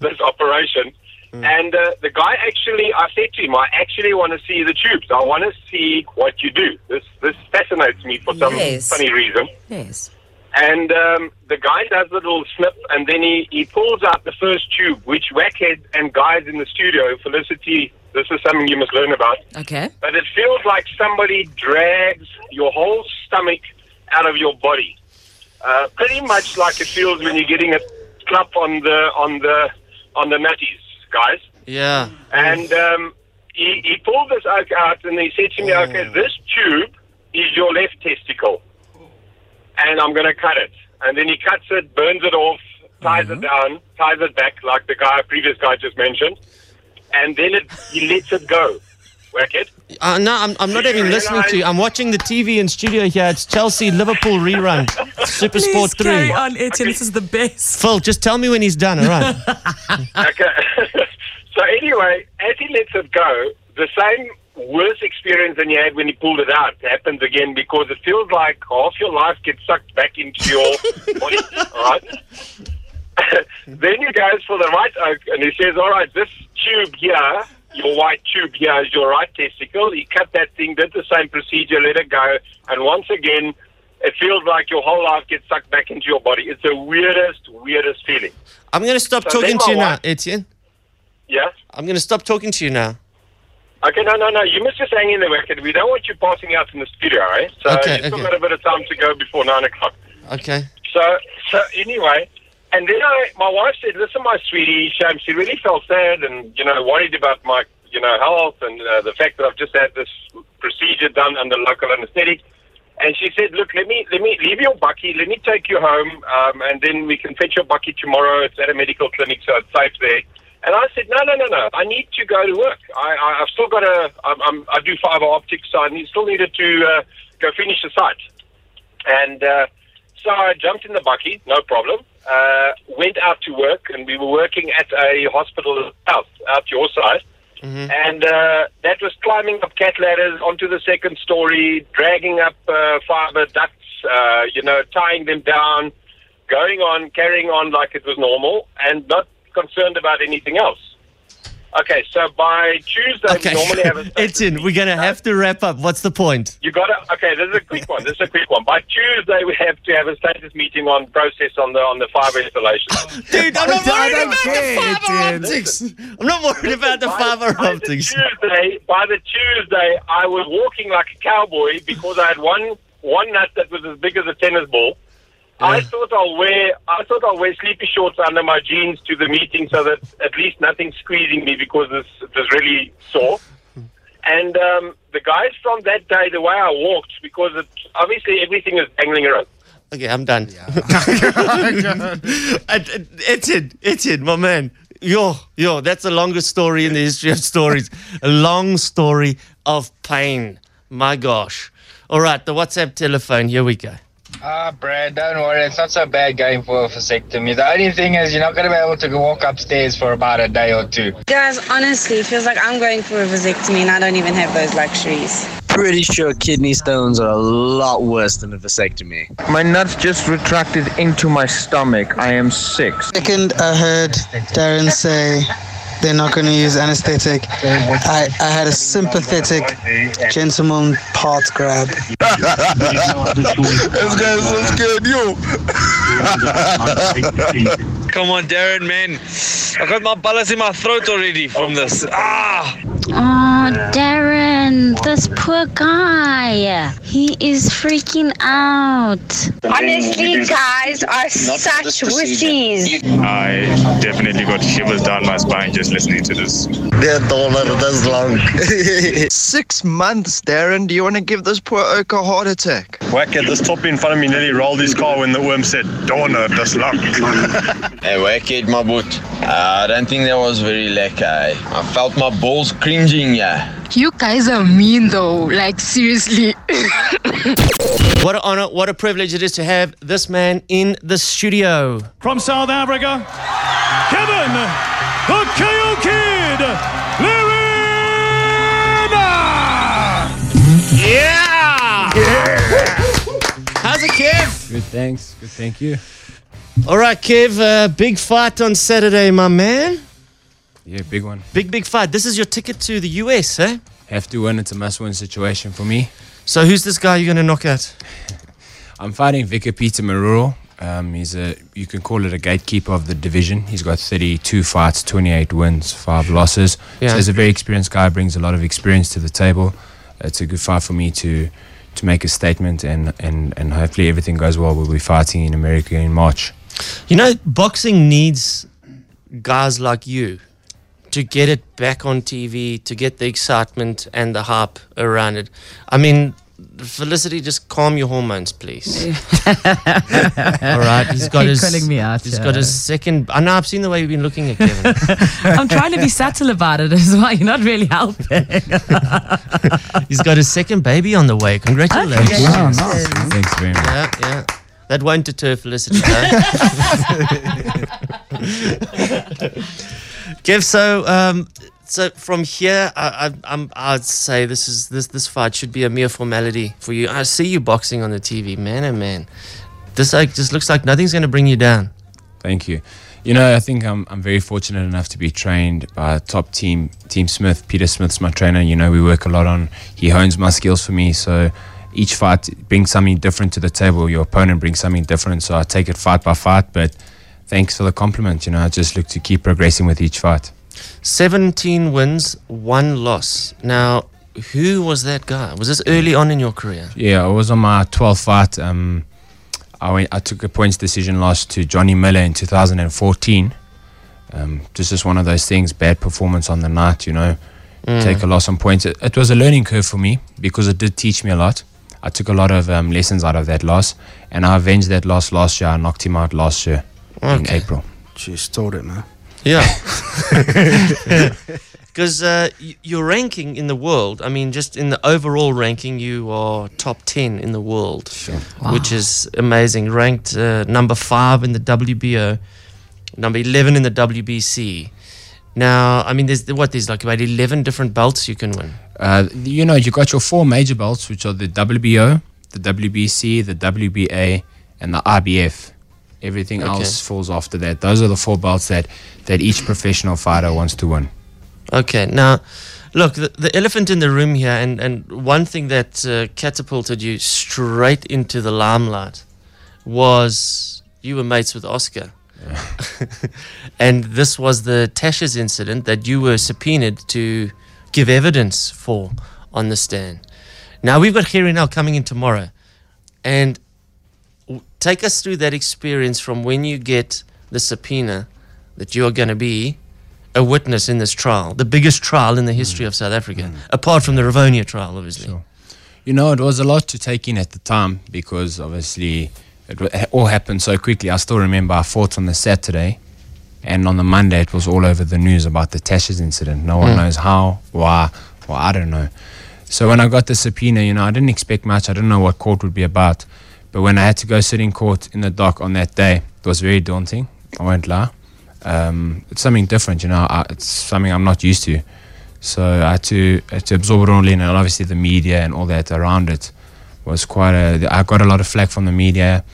Speaker 25: this operation. And uh, the guy actually, I said to him, I actually want to see the tubes. I want to see what you do. This this fascinates me for some
Speaker 9: Yes.
Speaker 25: funny reason.
Speaker 9: Yes.
Speaker 25: And um, the guy does the little snip, and then he, he pulls out the first tube, which Wackhead and guys in the studio, Felicity, this is something you must learn about.
Speaker 9: Okay.
Speaker 25: But it feels like somebody drags your whole stomach out of your body. Uh, pretty much like it feels when you're getting a clap on the on the on the nutties, guys.
Speaker 4: Yeah.
Speaker 25: And um, he, he pulled this oak out and he said to me, okay, this tube is your left testicle. And I'm going to cut it. And then he cuts it, burns it off, ties it down, ties it back like the guy, previous guy just mentioned. And then it, he lets it go. Work it.
Speaker 4: Uh, no, I'm, I'm not
Speaker 3: Did you
Speaker 4: even listening to you.
Speaker 3: realise-
Speaker 4: I'm watching the TV in studio here. It's Chelsea Liverpool rerun, Super
Speaker 9: Please
Speaker 4: Sport 3.
Speaker 9: carry on, Etienne. This is the best.
Speaker 4: Phil, just tell me when he's done, all
Speaker 9: (laughs)
Speaker 4: right?
Speaker 25: (laughs) okay. (laughs) so anyway, as he lets it go, the same worse experience than you had when he pulled it out happens again because it feels like half your life gets sucked back into
Speaker 4: (laughs)
Speaker 25: your body, right? (laughs) then he goes for the right oak and he says, All right, this tube here, your white tube here is your right testicle. He cut that thing, did the same procedure, let it go, and once again it feels like your whole life gets sucked back into your body. It's the weirdest, weirdest feeling.
Speaker 4: I'm going to stop
Speaker 25: So
Speaker 4: talking
Speaker 25: then
Speaker 4: to you
Speaker 25: my
Speaker 4: now,
Speaker 25: wife-
Speaker 4: Etienne.
Speaker 25: Yeah?
Speaker 4: I'm going to stop talking to you now.
Speaker 25: Okay, no, no, no. You must just hang in there, Wicked. We don't want you passing out in the studio, eh? So
Speaker 4: Okay,
Speaker 25: you've still
Speaker 4: okay.
Speaker 25: got a bit of time to go before nine o'clock.
Speaker 4: Okay.
Speaker 25: So, so anyway, and then I, my wife said, "Listen, my sweetie, shame. She really felt sad and you know worried about my you know health and uh, the fact that I've just had this procedure done under local anaesthetic." And she said, "Look, let me let me leave your bucky. Let me take you home, um, and then we can fetch your bucky tomorrow. It's at a medical clinic, so it's safe there." And I said, "No, no, no, no. I need to go to work. I, I I've still got a I'm, I'm, I do fiber optics, so I need, still needed to uh, go finish the site." And uh, so I jumped in the bucky, no problem. Uh, went out to work, and we were working at a hospital out out your side. And uh, that was climbing up cat ladders onto the second story, dragging up uh, fiber ducts, uh, you know, tying them down, going on, carrying on like it was normal, and not concerned about anything else. Okay, so by Tuesday we normally have
Speaker 4: (laughs)
Speaker 25: a
Speaker 4: Okay. Etienne, we're going to have to wrap up. What's the point?
Speaker 25: you got to okay. This is a quick one. This is a quick one. By Tuesday, we have to have a status meeting on process on the on the fiber installation.
Speaker 4: (laughs) Dude, I'm not worried about the fiber
Speaker 25: Etienne.
Speaker 4: optics. I'm not worried about the fiber optics.
Speaker 25: Tuesday, by the Tuesday, I was walking like a cowboy because I had one one nut that was as big as a tennis ball. I thought I'll wear I thought I'll wear sleepy shorts under my jeans to the meeting so that at least nothing's squeezing me because this it was really sore. And um, the guys from that day, the way I walked, because it, obviously everything is dangling around.
Speaker 4: Okay, I'm done. (laughs) Etienne, Etienne, Etienne, my man. Yo, yo, that's the longest story in the history of stories. A long story of pain. My gosh. All right, the WhatsApp telephone. Here we go.
Speaker 11: Ah, Brad, don't worry. It's not so bad going for a vasectomy. The only thing is, you're not going to be able to walk upstairs for about a day or two.
Speaker 26: Guys, honestly, it feels like I'm going for a vasectomy and I don't even have those luxuries.
Speaker 27: Pretty sure kidney stones are a lot worse than a vasectomy.
Speaker 28: My nuts just retracted into my stomach. I am sick.
Speaker 29: Second, I heard Darren say they're not going to use anesthetic. I, I had a sympathetic gentleman part grab.
Speaker 30: This guy's so scared, yo.
Speaker 31: Come on, Darren, man. I got my balls in my throat already from this. Ah!
Speaker 20: Oh, Darren, this poor guy. He is freaking out.
Speaker 32: Honestly, guys are such wussies.
Speaker 33: I definitely got shivers down my spine just listening to this.
Speaker 30: They're taller this long.
Speaker 28: (laughs) Six months, Darren. Do you want to give this poor oak a heart attack?
Speaker 33: Wacker, this top in front of me nearly rolled his car when the worm said, Donor, this long.
Speaker 34: (laughs) Hey, wicked, my boot. Uh, I don't think that was very lekker. eh? I felt my balls cringing, yeah.
Speaker 33: You guys are mean though, like seriously.
Speaker 4: What an honor, what a privilege it is to have this man in the studio. From South Africa, Kevin, the KO Kid, Yeah! How's it, Kev?
Speaker 34: Good, thanks. Good, thank you.
Speaker 4: All right, Kev, uh, big fight on Saturday, my man.
Speaker 34: Yeah, big one.
Speaker 4: Big, big fight. This is your ticket to the US, eh?
Speaker 34: Have to win. It's a must win situation for me.
Speaker 4: So, who's this guy you're going to knock out?
Speaker 34: (laughs) I'm fighting Vicar Peter Maruro. Um, he's a, you can call it a gatekeeper of the division. He's got 32 fights, 28 wins, five losses.
Speaker 4: Yeah.
Speaker 34: So he's a very experienced guy, brings a lot of experience to the table. It's a good fight for me to to make a statement, and, and, and hopefully everything goes well. We'll be fighting in America in March.
Speaker 4: You know, boxing needs guys like you to get it back on TV, to get the excitement and the hype around it. I mean, Felicity, just calm your hormones, please. (laughs) All right, he's got
Speaker 5: You're
Speaker 4: his.
Speaker 5: calling me out,
Speaker 4: He's
Speaker 5: yeah.
Speaker 4: got his second. I know. I've seen the way you've been looking at Kevin.
Speaker 5: I'm trying to be subtle about it as well. (laughs) You're not really helping.
Speaker 4: He's got his second baby on the way. Congratulations.
Speaker 5: Okay. Wow, nice.
Speaker 4: Thanks very much. Yeah, yeah. That won't deter Felicity, though. (laughs) Kev, so um, so from here, I, I, I'm, I'd say this is this this fight should be a mere formality for you. I see you boxing on the TV, man, oh man. This like just looks like nothing's going to bring you down.
Speaker 34: Thank you. You know, I think I'm, I'm very fortunate enough to be trained by a top team, Team Smith. Peter Smith's my trainer. You know, we work a lot on, he hones my skills for me. So each fight brings something different to the table. Your opponent brings something different. So I take it fight by fight. But thanks for the compliment. You know, I just look to keep progressing with each fight.
Speaker 4: 17 wins, one loss. Now, who was that guy? Was this early on in your career?
Speaker 34: Yeah, I was on my 12th fight. Um, I went, I took a points decision loss to Johnny Miller in 2014. Um, just as one of those things, bad performance on the night, you know,
Speaker 1: Mm.
Speaker 34: take a loss on points. It, it was a learning curve for me because it did teach me a lot. I took a lot of um, lessons out of that loss, and I avenged that loss last year. I knocked him out last year in
Speaker 4: Okay.
Speaker 34: April.
Speaker 6: She stole it, man.
Speaker 4: Yeah. (laughs) Because uh, y- your ranking in the world, I mean, just in the overall ranking, you are top 10 in the world, which is amazing. Ranked uh, number five in the WBO, number 11 in the WBC. Now, I mean, there's what? There's like about 11 different belts you can win.
Speaker 34: Uh, you know, you got your four major belts, which are the WBO, the WBC, the WBA, and the IBF. Everything
Speaker 4: Okay.
Speaker 34: else falls after that. Those are the four belts that, that each professional fighter wants to win.
Speaker 4: Okay, now look, the, the elephant in the room here, and, and one thing that uh, catapulted you straight into the limelight was you were mates with Oscar. (laughs) and this was the Tasha's incident that you were subpoenaed to give evidence for on the stand. Now we've got Hirinel coming in tomorrow, and w- take us through that experience from when you get the subpoena that you're going to be a witness in this trial, the biggest trial in the history of South Africa, apart from the Ravonia trial, obviously.
Speaker 34: Mm. You know, it was a lot to take in at the time because obviously it wa- ha- all happened so quickly. I still remember I fought on the Saturday, and on the Monday it was all over the news about the Tasha's incident. No one
Speaker 2: Mm.
Speaker 34: knows how, why, well, I don't know. So when I got the subpoena, you know, I didn't expect much. I didn't know what court would be about. But when I had to go sit in court in the dock on that day, it was very daunting. I won't lie. Um, it's something different, you know. I, it's something I'm not used to. So I had to, I had to absorb it all in, and obviously the media and all that around it was quite a. I got a lot of flack from the media,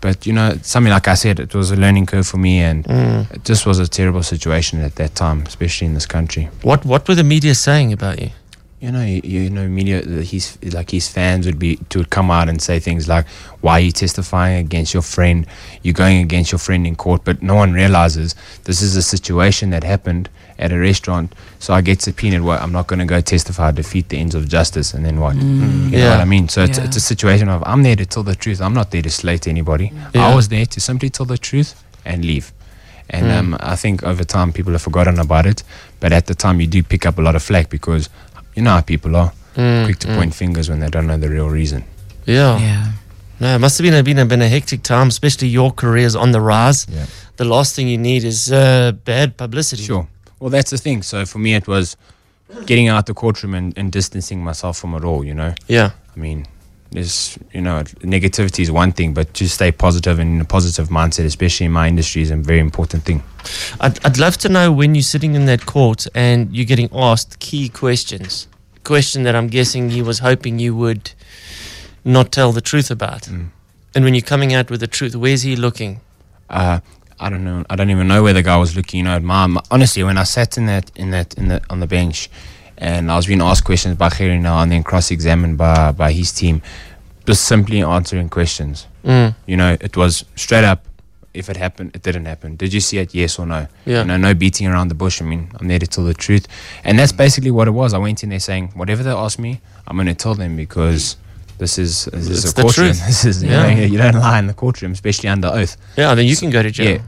Speaker 34: but you know, something like I said, it was a learning curve for me, and
Speaker 4: Mm.
Speaker 34: it just was a terrible situation at that time, especially in this country.
Speaker 4: What What were the media saying about you?
Speaker 34: You know, you, you know, media. the- His like his fans would be to come out and say things like, "Why are you testifying against your friend? You're going against your friend in court." But no one realizes this is a situation that happened at a restaurant. So I get subpoenaed. What? I'm not going to go testify, defeat the ends of justice, and then what?
Speaker 2: Mm.
Speaker 34: You know
Speaker 2: Yeah.
Speaker 34: what I mean? So it's,
Speaker 2: Yeah.
Speaker 34: it's a situation of I'm there to tell the truth. I'm not there to slate anybody.
Speaker 2: Yeah.
Speaker 34: I was there to simply tell the truth and leave. And
Speaker 2: Mm.
Speaker 34: um, I think over time people have forgotten about it. But at the time, you do pick up a lot of flack because you know how people are
Speaker 4: Mm,
Speaker 34: quick to
Speaker 4: mm.
Speaker 34: point fingers when they don't know the real reason.
Speaker 4: Yeah. Yeah. No, it must have been a, been a been a hectic time, especially your career's on the rise.
Speaker 34: Yeah.
Speaker 4: The last thing you need is uh, bad publicity.
Speaker 34: Sure. Well, that's the thing. So for me, it was getting out the courtroom and, and distancing myself from it all, you know?
Speaker 4: Yeah.
Speaker 34: I mean, there's, you know, negativity is one thing, but to stay positive and in a positive mindset, especially in my industry, is a very important thing.
Speaker 4: I'd, I'd love to know when you're sitting in that court and you're getting asked key questions. Question that I'm guessing he was hoping you would not tell the truth about.
Speaker 34: Mm.
Speaker 4: And when you're coming out with the truth, where's he looking?
Speaker 34: uh, I don't know. I don't even know where the guy was looking. You know, my, my- honestly, when I sat in that in that in the on the bench, and I was being asked questions by Khairy now and then cross-examined by by his team, just simply answering questions.
Speaker 4: Mm.
Speaker 34: You know, it was straight up. If it happened, it didn't happen. Did you see it? Yes or no?
Speaker 4: Yeah.
Speaker 34: You know, no beating around the bush. I mean, I'm there to tell the truth, and that's basically what it was. I went in there saying, whatever they asked me, I'm going to tell them because this is this is
Speaker 4: It's
Speaker 34: a
Speaker 4: the
Speaker 34: courtroom. (laughs)
Speaker 4: truth.
Speaker 34: This is
Speaker 4: Yeah.
Speaker 34: you, know, you don't lie in the courtroom, especially under oath.
Speaker 4: Yeah, then you can go to jail.
Speaker 34: Yeah.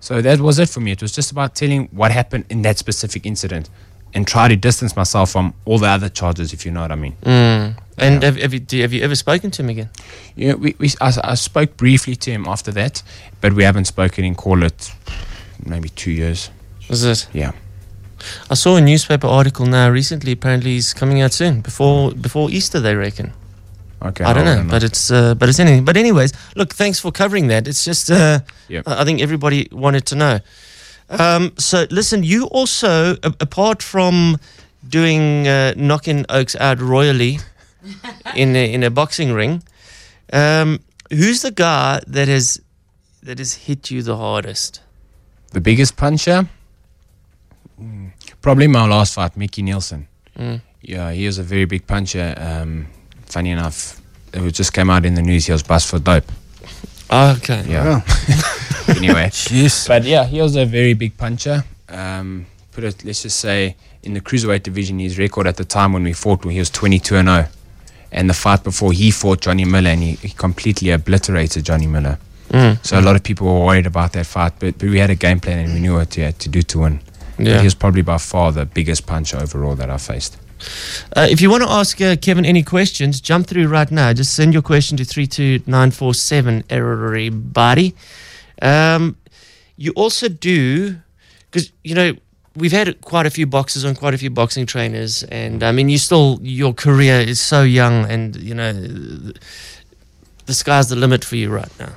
Speaker 34: So that was it for me. It was just about telling what happened in that specific incident. and try to distance myself from all the other charges, if you know what I mean.
Speaker 4: Mm. And have, have, you, do- have you ever spoken to him again?
Speaker 34: Yeah, we, we I, I spoke briefly to him after that, but we haven't spoken in call it maybe two years.
Speaker 4: Is it?
Speaker 34: Yeah.
Speaker 4: I saw a newspaper article now recently. Apparently, he's coming out soon before before Easter. They reckon.
Speaker 34: Okay.
Speaker 4: I
Speaker 34: well,
Speaker 4: don't know,
Speaker 34: then,
Speaker 4: but it's uh, but it's anything. But anyways, look, thanks for covering that. It's just uh, I I think everybody wanted to know. Um, so listen, you also a- apart from doing uh, knocking Oaks out royally in a, in a boxing ring, um, who's the guy that has that has hit you the hardest?
Speaker 34: The biggest puncher? Mm, Probably my last fight, Mickey Nielsen.
Speaker 4: Mm.
Speaker 34: Yeah, he was a very big puncher. Um, funny enough, it was- just came out in the news he was bust for dope.
Speaker 4: Ah, Okay.
Speaker 34: Yeah. (laughs) anyway. But yeah, he was a very big puncher. Um, put it, let's just say, in the cruiserweight division, his record at the time when we fought, he was 22 and 0. And the fight before he fought Johnny Miller, and he, he completely obliterated Johnny Miller.
Speaker 4: Mm.
Speaker 34: So a lot of people were worried about that fight, but, but we had a game plan and we knew what we had to do to win.
Speaker 4: Yeah.
Speaker 34: But he was probably by far the biggest puncher overall that I faced.
Speaker 4: Uh, if you want to ask uh, Kevin any questions, jump through right now. Just send your question to 32947 everybody. Um, you also do, because, you know, we've had quite a few boxers on quite a few boxing trainers. And I mean, you still, your career is so young and, you know, the sky's the limit for you right now.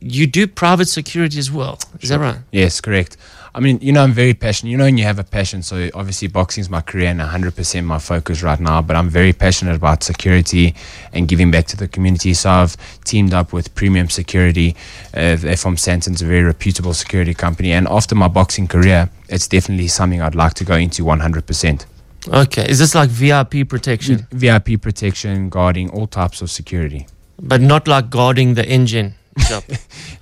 Speaker 4: You do private security as well. Is that right?
Speaker 34: Yes, correct. I mean, you know, I'm very passionate. You know, and you have a passion. So obviously, boxing is my career and 100% my focus right now. But I'm very passionate about security and giving back to the community. So I've teamed up with Premium Security. Uh, they're from Santon's, a very reputable security company. And after my boxing career, it's definitely something I'd like to go into 100%.
Speaker 4: Okay. Is this like VIP protection?
Speaker 34: VIP protection, guarding, all types of security.
Speaker 4: But not like guarding the engine
Speaker 34: (laughs)
Speaker 4: shop.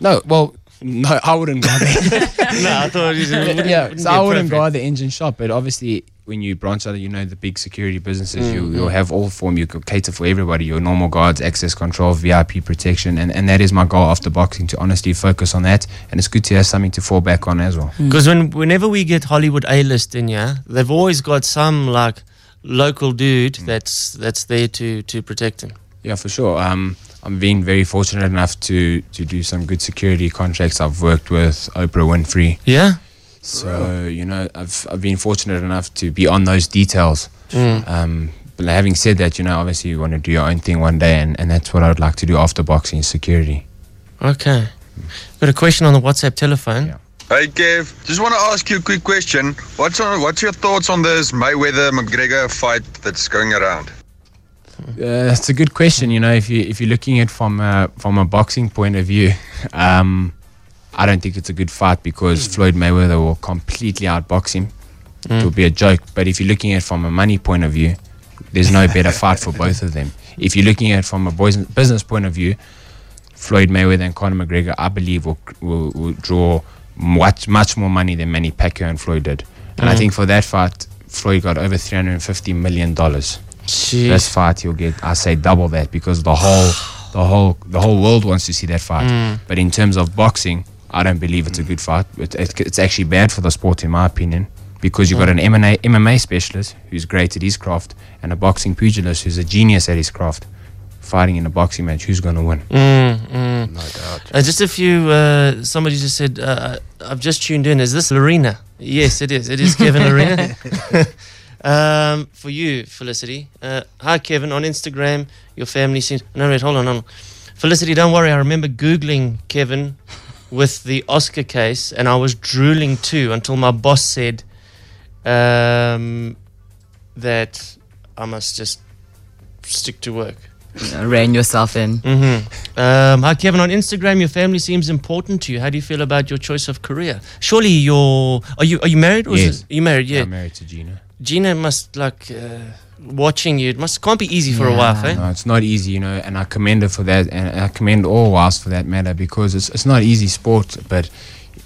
Speaker 34: no, well, no, I wouldn't guard (laughs)
Speaker 4: that. no, I thought it wouldn't-
Speaker 34: yeah,
Speaker 4: wouldn't
Speaker 34: so
Speaker 4: be
Speaker 34: I wouldn't
Speaker 4: appropriate.
Speaker 34: guard the engine shop, but obviously when you branch out, you know the big security businesses, you,
Speaker 4: Mm,
Speaker 34: you'll
Speaker 4: mm.
Speaker 34: have all form, you could cater for everybody, your normal guards, access control, VIP protection, and, and that is my goal after boxing, to honestly focus on that, and it's good to have something to fall back on as well.
Speaker 4: Because when whenever we get Hollywood A-list in, yeah, they've always got some like local dude
Speaker 34: Hmm.
Speaker 4: that's that's there to to protect him.
Speaker 34: Yeah, for sure. Um, I'm being very fortunate enough to, to do some good security contracts. I've worked with Oprah Winfrey.
Speaker 4: Yeah.
Speaker 34: So, you know, I've, I've been fortunate enough to be on those details.
Speaker 4: Mm.
Speaker 34: Um, but having said that, you know, obviously you want to do your own thing one day, and, and that's what I would like to do after boxing is security.
Speaker 4: Okay. Got a question on the WhatsApp telephone.
Speaker 1: Hey Kev, just want to ask you a quick question. What's on, what's your thoughts on this Mayweather McGregor fight that's going around?
Speaker 34: Uh, it's a good question. You know, if you if you're looking at from a, from a boxing point of view, um, I don't think it's a good fight because Floyd Mayweather will completely outbox him.
Speaker 2: Mm.
Speaker 34: It will be a joke. But if you're looking at it from a money point of view, there's no better fight for both of them. If you're looking at it from a boys- business point of view, Floyd Mayweather and Conor McGregor, I believe, will will, will draw much much more money than Manny Pacquiao and Floyd did. And I
Speaker 4: Mm.
Speaker 34: think for that fight, Floyd got over 350 million dollars this fight you'll get i say double that because the whole
Speaker 4: (sighs)
Speaker 34: the whole the whole world wants to see that fight
Speaker 4: Mm.
Speaker 34: but in terms of boxing i don't believe it's a good fight it, it, it's actually bad for the sport in my opinion because you've got an
Speaker 4: Mm.
Speaker 34: MMA, MMA specialist who's great at his craft and a boxing pugilist who's a genius at his craft fighting in a boxing match who's going to win
Speaker 4: Mm, mm. No doubt. Uh, just a few. Uh, somebody just said, uh, "I've just tuned in. Is this Lorena?" Yes, it is. It is Kevin
Speaker 34: (laughs)
Speaker 4: Lorena. (laughs) um, for you, Felicity. Uh, hi, Kevin. On Instagram, your family seems. No, wait. Hold on. Hold on. Felicity, don't worry. I remember googling
Speaker 5: (laughs)
Speaker 4: Kevin with the Oscar case, and I was drooling too until my boss said um, that I must just stick to work.
Speaker 5: Rein yourself in.
Speaker 4: Mm-hmm. Um, hi, Kevin. On Instagram, your family seems important to you. How do you feel about your choice of career? Surely you're. Are you, are you married? Or
Speaker 34: Yes.
Speaker 4: Is it, are you married? Yeah.
Speaker 34: i'm married to gina
Speaker 4: Gina must, like, uh, watching you. It must can't be easy for a wife, eh?
Speaker 34: No, it's not easy, you know, and I commend her for that, and I commend all wives for that matter, because it's, it's not easy sport, but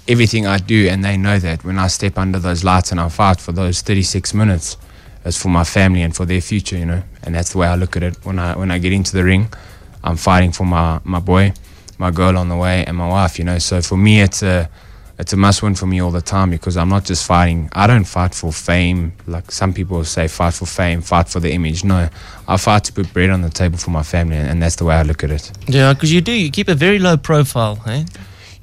Speaker 34: everything I do, and they know that when I step under those lights and I fight for those 36 minutes, it's for my family and for their future, you know, and that's the way I look at it. When I when I get into the ring, I'm fighting for my my boy, my girl on the way, and my wife, you know. So for me, it's a it's a must win for me all the time because I'm not just fighting. I don't fight for fame like some people say. Fight for fame, fight for the image. No, I fight to put bread on the table for my family, and, and that's the way I look at it.
Speaker 4: Yeah, because you do. You keep a very low profile, eh?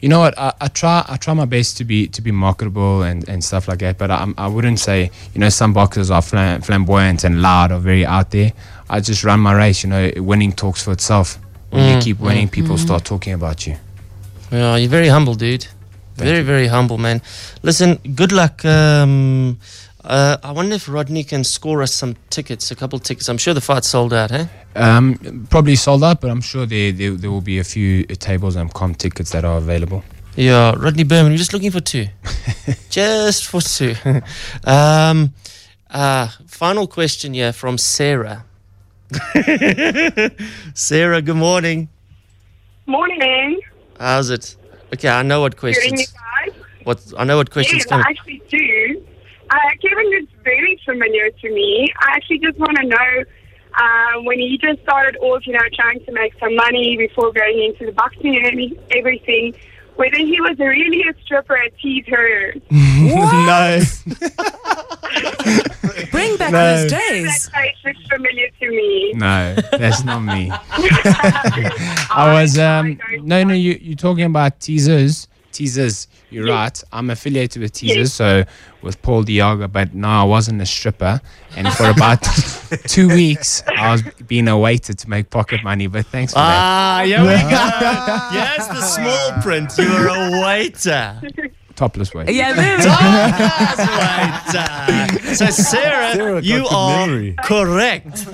Speaker 34: You know what? I, I try. I try my best to be to be marketable and, and stuff like that. But I, I wouldn't say you know some boxers are flam- flamboyant and loud or very out there. I just run my race. You know, winning talks for itself. When you
Speaker 4: Mm,
Speaker 34: keep winning,
Speaker 4: mm.
Speaker 34: people
Speaker 4: Mhm.
Speaker 34: start talking about you.
Speaker 4: Yeah, you're very humble, dude. very, very humble, man. Listen, good luck. Um, uh, I wonder if Rodney can score us some tickets, a couple tickets. I'm sure the fight's sold out, eh?
Speaker 34: Um, probably sold out, but I'm sure there, there there will be a few tables and comp tickets that are available.
Speaker 4: Yeah, Rodney Berman. We're just looking for (laughs) two, just for two. (laughs) um, uh, final question here from (laughs) Sarah. Sarah, good morning.
Speaker 2: Morning.
Speaker 4: How's it? Okay, I know what
Speaker 2: Hearing you
Speaker 4: questions.
Speaker 2: guys.
Speaker 4: What I know what questions
Speaker 2: yes, I
Speaker 4: coming.
Speaker 2: actually do. Uh, Kevin is very familiar to me. I actually just want to know um, when he just started off, you know, trying to make some money before going into the boxing and any- everything, whether he was really a stripper at Tease Her.
Speaker 34: (laughs)
Speaker 4: (laughs)
Speaker 34: no.
Speaker 2: Bring
Speaker 34: back No. those days.
Speaker 2: That place looks familiar to me.
Speaker 34: No, that's not
Speaker 2: (laughs)
Speaker 34: me. I was um no no you you're talking about teasers teasers. You're right. I'm affiliated with teasers, so with Paul Diaga. But no, I wasn't a stripper, and for about
Speaker 4: (laughs)
Speaker 34: two weeks I was being a waiter to make pocket money. But thanks for
Speaker 4: (laughs) Ah,
Speaker 34: that.
Speaker 4: here we go. (laughs) yes, the small print. You were a waiter.
Speaker 34: Topless waiter.
Speaker 4: Yeah,
Speaker 34: (laughs)
Speaker 4: Topless waiter. uh, So Sarah,
Speaker 34: Sarah got
Speaker 4: you
Speaker 34: the
Speaker 4: are
Speaker 34: memory.
Speaker 4: correct.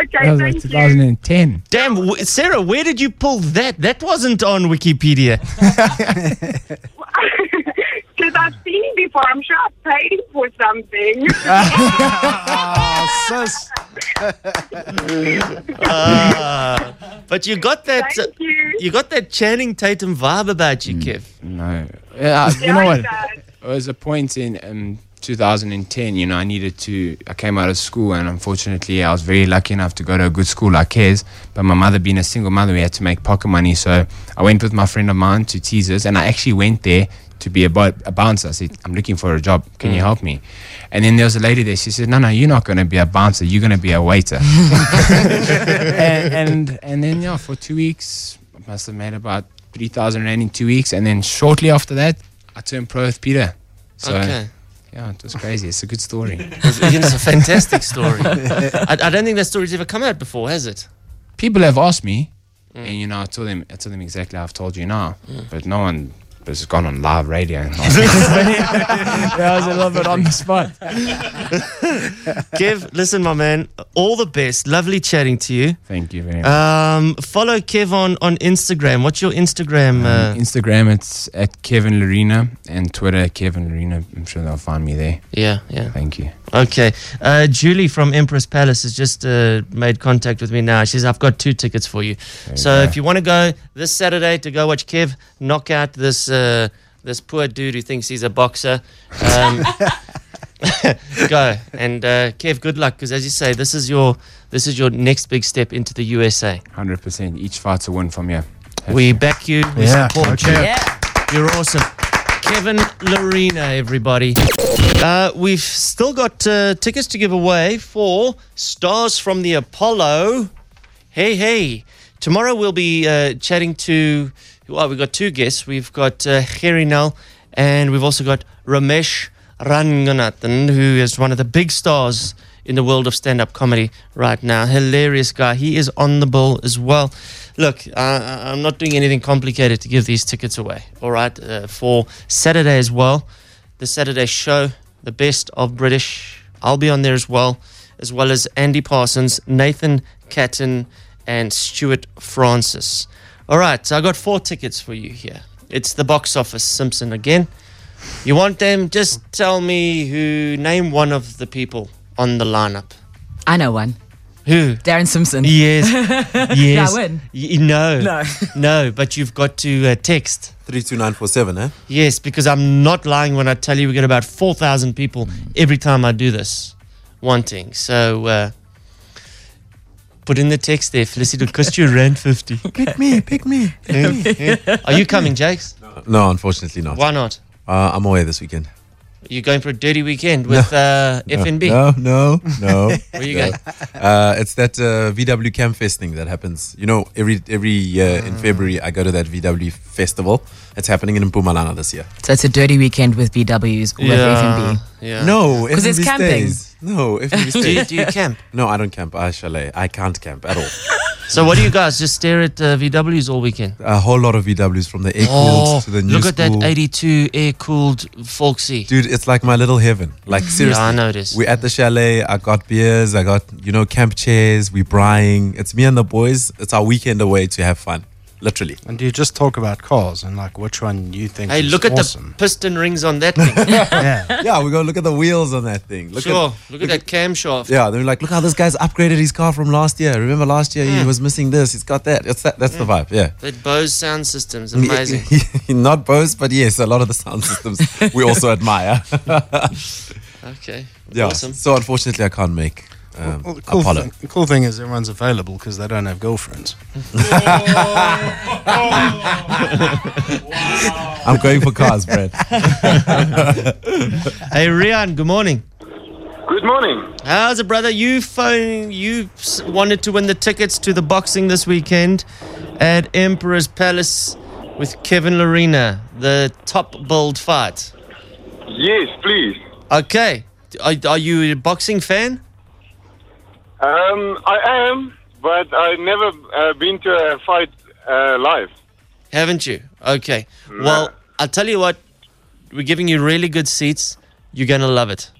Speaker 2: okay,
Speaker 34: was like 2010.
Speaker 4: Damn, w- Sarah, where did you pull that? That wasn't on
Speaker 2: (laughs)
Speaker 4: Wikipedia.
Speaker 2: Because I've seen it before. I'm sure I've paid for
Speaker 4: (laughs)
Speaker 2: something.
Speaker 4: Ah, but you got that. uh,
Speaker 2: Thank you.
Speaker 4: got that Channing Tatum vibe about you, Kev.
Speaker 34: No. Hmm. Yeah, uh, you know
Speaker 4: Yeah,
Speaker 34: what?
Speaker 4: that.
Speaker 34: It was a point in um, 2010, you know, I needed to, I came out of school and unfortunately I was very lucky enough to go to a good school like his. But my mother being a single mother, we had to make pocket money. So I went with my friend of mine to Teasers and I actually went there to be a, bo- a bouncer. I said, I'm looking for a job. Can you help me? And then there was a lady there. She said, No, no, you're not going to be a bouncer. You're going to be a waiter. (laughs) and, and and then yeah, for two weeks, I must have made about three thousand rand in two weeks, and then shortly after that, I turned pro with Peter. So,
Speaker 4: Okay.
Speaker 34: Yeah, it was crazy. It's a good
Speaker 4: (laughs)
Speaker 34: story.
Speaker 4: it's a
Speaker 34: (laughs)
Speaker 4: fantastic story. I, I don't think that story's ever come out before, has it?
Speaker 34: People have asked me, and you know, I told them, I told them exactly how I've told you now,
Speaker 4: Mm.
Speaker 34: but no one. But it's gone on live
Speaker 4: (laughs)
Speaker 34: radio. (laughs) And I was a little bit on the spot.
Speaker 4: (laughs) Kev, listen, my man, all the best. Lovely chatting to you.
Speaker 34: Thank you very much.
Speaker 4: Um, follow Kev on, on Instagram. What's your Instagram? uh,
Speaker 34: Um, Instagram, it's at Kevin Lorena, and Twitter, Kevin Lorena. I'm sure they'll find me there.
Speaker 4: Yeah, yeah.
Speaker 34: Thank you.
Speaker 4: Okay. Uh, Julie from Empress Palace has just uh, made contact with me now. She says, I've got two tickets for you. so
Speaker 3: go.
Speaker 4: if you want to go this Saturday to go watch Kev knock out this, uh, this poor dude who thinks he's a boxer, um, (laughs) go. And uh, Kev, good luck because, as you say, this is your this is your next big step into the USA.
Speaker 34: 100%. Each fight's a win from you.
Speaker 4: We back you. We
Speaker 34: Yeah,
Speaker 4: support
Speaker 34: okay.
Speaker 4: you. You're awesome. Kevin Lorena, everybody. Uh, we've still got uh, tickets to give away for Stars from the Apollo. Hey, hey. Tomorrow we'll be uh, chatting to, well, we've got two guests. We've got uh, Gerinal and we've also got Ramesh Ranganathan, who is one of the big stars in the world of stand up comedy right now. Hilarious guy. He is on the ball as well. Look, uh, I- I'm not doing anything complicated to give these tickets away, all right, uh, for Saturday as well. The Saturday show, the best of British. I'll be on there as well, as well as Andy Parsons, Nathan Catton, and Stuart Francis. All right, so I got four tickets for you here. It's the box office Simpson again. You want them? Just tell me who. Name one of the people on the lineup.
Speaker 5: (laughs) I know one.
Speaker 4: Who?
Speaker 5: Darren Simpson. (laughs)
Speaker 4: Yes. yes.
Speaker 5: Did I win?
Speaker 4: Y- no.
Speaker 5: No.
Speaker 4: (laughs) no, but you've got to uh, text.
Speaker 7: 32947, eh?
Speaker 4: Yes, because I'm not lying when I tell you we get about 4,000 people every time I do this wanting. So uh, put in the
Speaker 3: (laughs)
Speaker 4: text there, Felicity. It'll cost you a rand 50. (laughs)
Speaker 6: Pick me, pick me.
Speaker 4: Are you coming, Jakes? No,
Speaker 3: No, unfortunately not.
Speaker 4: Why not?
Speaker 3: Uh, I'm away this weekend.
Speaker 4: You're going for a dirty weekend
Speaker 3: (laughs)
Speaker 4: with uh,
Speaker 3: No,
Speaker 4: FNB.
Speaker 3: No, no, no.
Speaker 4: (laughs) Where you
Speaker 3: no.
Speaker 4: going?
Speaker 3: Uh, it's that uh, VW Camp Fest thing that happens. You know, every every year
Speaker 6: Ah.
Speaker 3: in February, I go to that VW festival. It's happening in Mpumalanga this year.
Speaker 5: So it's a dirty weekend with BWs with
Speaker 3: Yeah,
Speaker 5: F&B.
Speaker 4: Yeah. (laughs)
Speaker 3: No,
Speaker 5: Because it's
Speaker 3: FNB
Speaker 5: camping.
Speaker 3: stays.
Speaker 6: Oh,
Speaker 3: No, FNB
Speaker 4: Do you-
Speaker 3: stays.
Speaker 4: do you camp?
Speaker 3: No, I don't camp. I chalet. I can't camp at all.
Speaker 4: So what do you guys just stare at uh, VWs all weekend?
Speaker 3: A whole lot of VWs from the air
Speaker 4: Oh,
Speaker 3: cooled to the new
Speaker 4: look at
Speaker 3: school.
Speaker 4: that 82 air cooled Folksy.
Speaker 3: Dude, it's like my little heaven. Like seriously,
Speaker 4: I noticed.
Speaker 3: We're at the chalet. I got beers. I got you know camp chairs. We brying. It's me and the boys. It's our weekend away to have fun, literally.
Speaker 7: And do you just talk about cars and like which one you think
Speaker 4: Hey,
Speaker 7: is
Speaker 4: look at
Speaker 7: awesome?
Speaker 4: the piston rings on
Speaker 3: (laughs)
Speaker 4: that thing. yeah.
Speaker 3: yeah, we go look at the wheels on that thing. Look
Speaker 4: Look sure.
Speaker 3: at
Speaker 4: look, at that camshaft.
Speaker 3: yeah. They're like, look how this guy's upgraded his car from last year. Remember last year he was missing this. He's got that. It's that. That's the vibe. Yeah.
Speaker 4: That Bose sound system's
Speaker 3: (laughs)
Speaker 4: amazing.
Speaker 3: Not both, but yes, a lot of the
Speaker 4: (laughs)
Speaker 3: sound systems we also admire. (laughs)
Speaker 4: okay.
Speaker 3: yeah.
Speaker 4: Awesome.
Speaker 3: So unfortunately, I can't make. Um,
Speaker 7: Well, the cool,
Speaker 3: Apollo.
Speaker 7: thing, the cool thing is everyone's available because they don't have
Speaker 6: (laughs)
Speaker 7: girlfriends.
Speaker 3: I'm going for cars, Brad.
Speaker 4: hey, Rian, good morning.
Speaker 8: Good morning.
Speaker 4: How's it, brother? You phone, you s- wanted to win the tickets to the boxing this weekend at Emperor's Palace with Kevin Lorena, the top build fight.
Speaker 8: Yes, please.
Speaker 4: Okay. Are, are you a boxing fan?
Speaker 8: Um, I am, but I've never uh, been to a fight uh, live.
Speaker 4: Haven't you? Okay. Well, I'll tell you what, we're giving you really good seats. You're going to love it.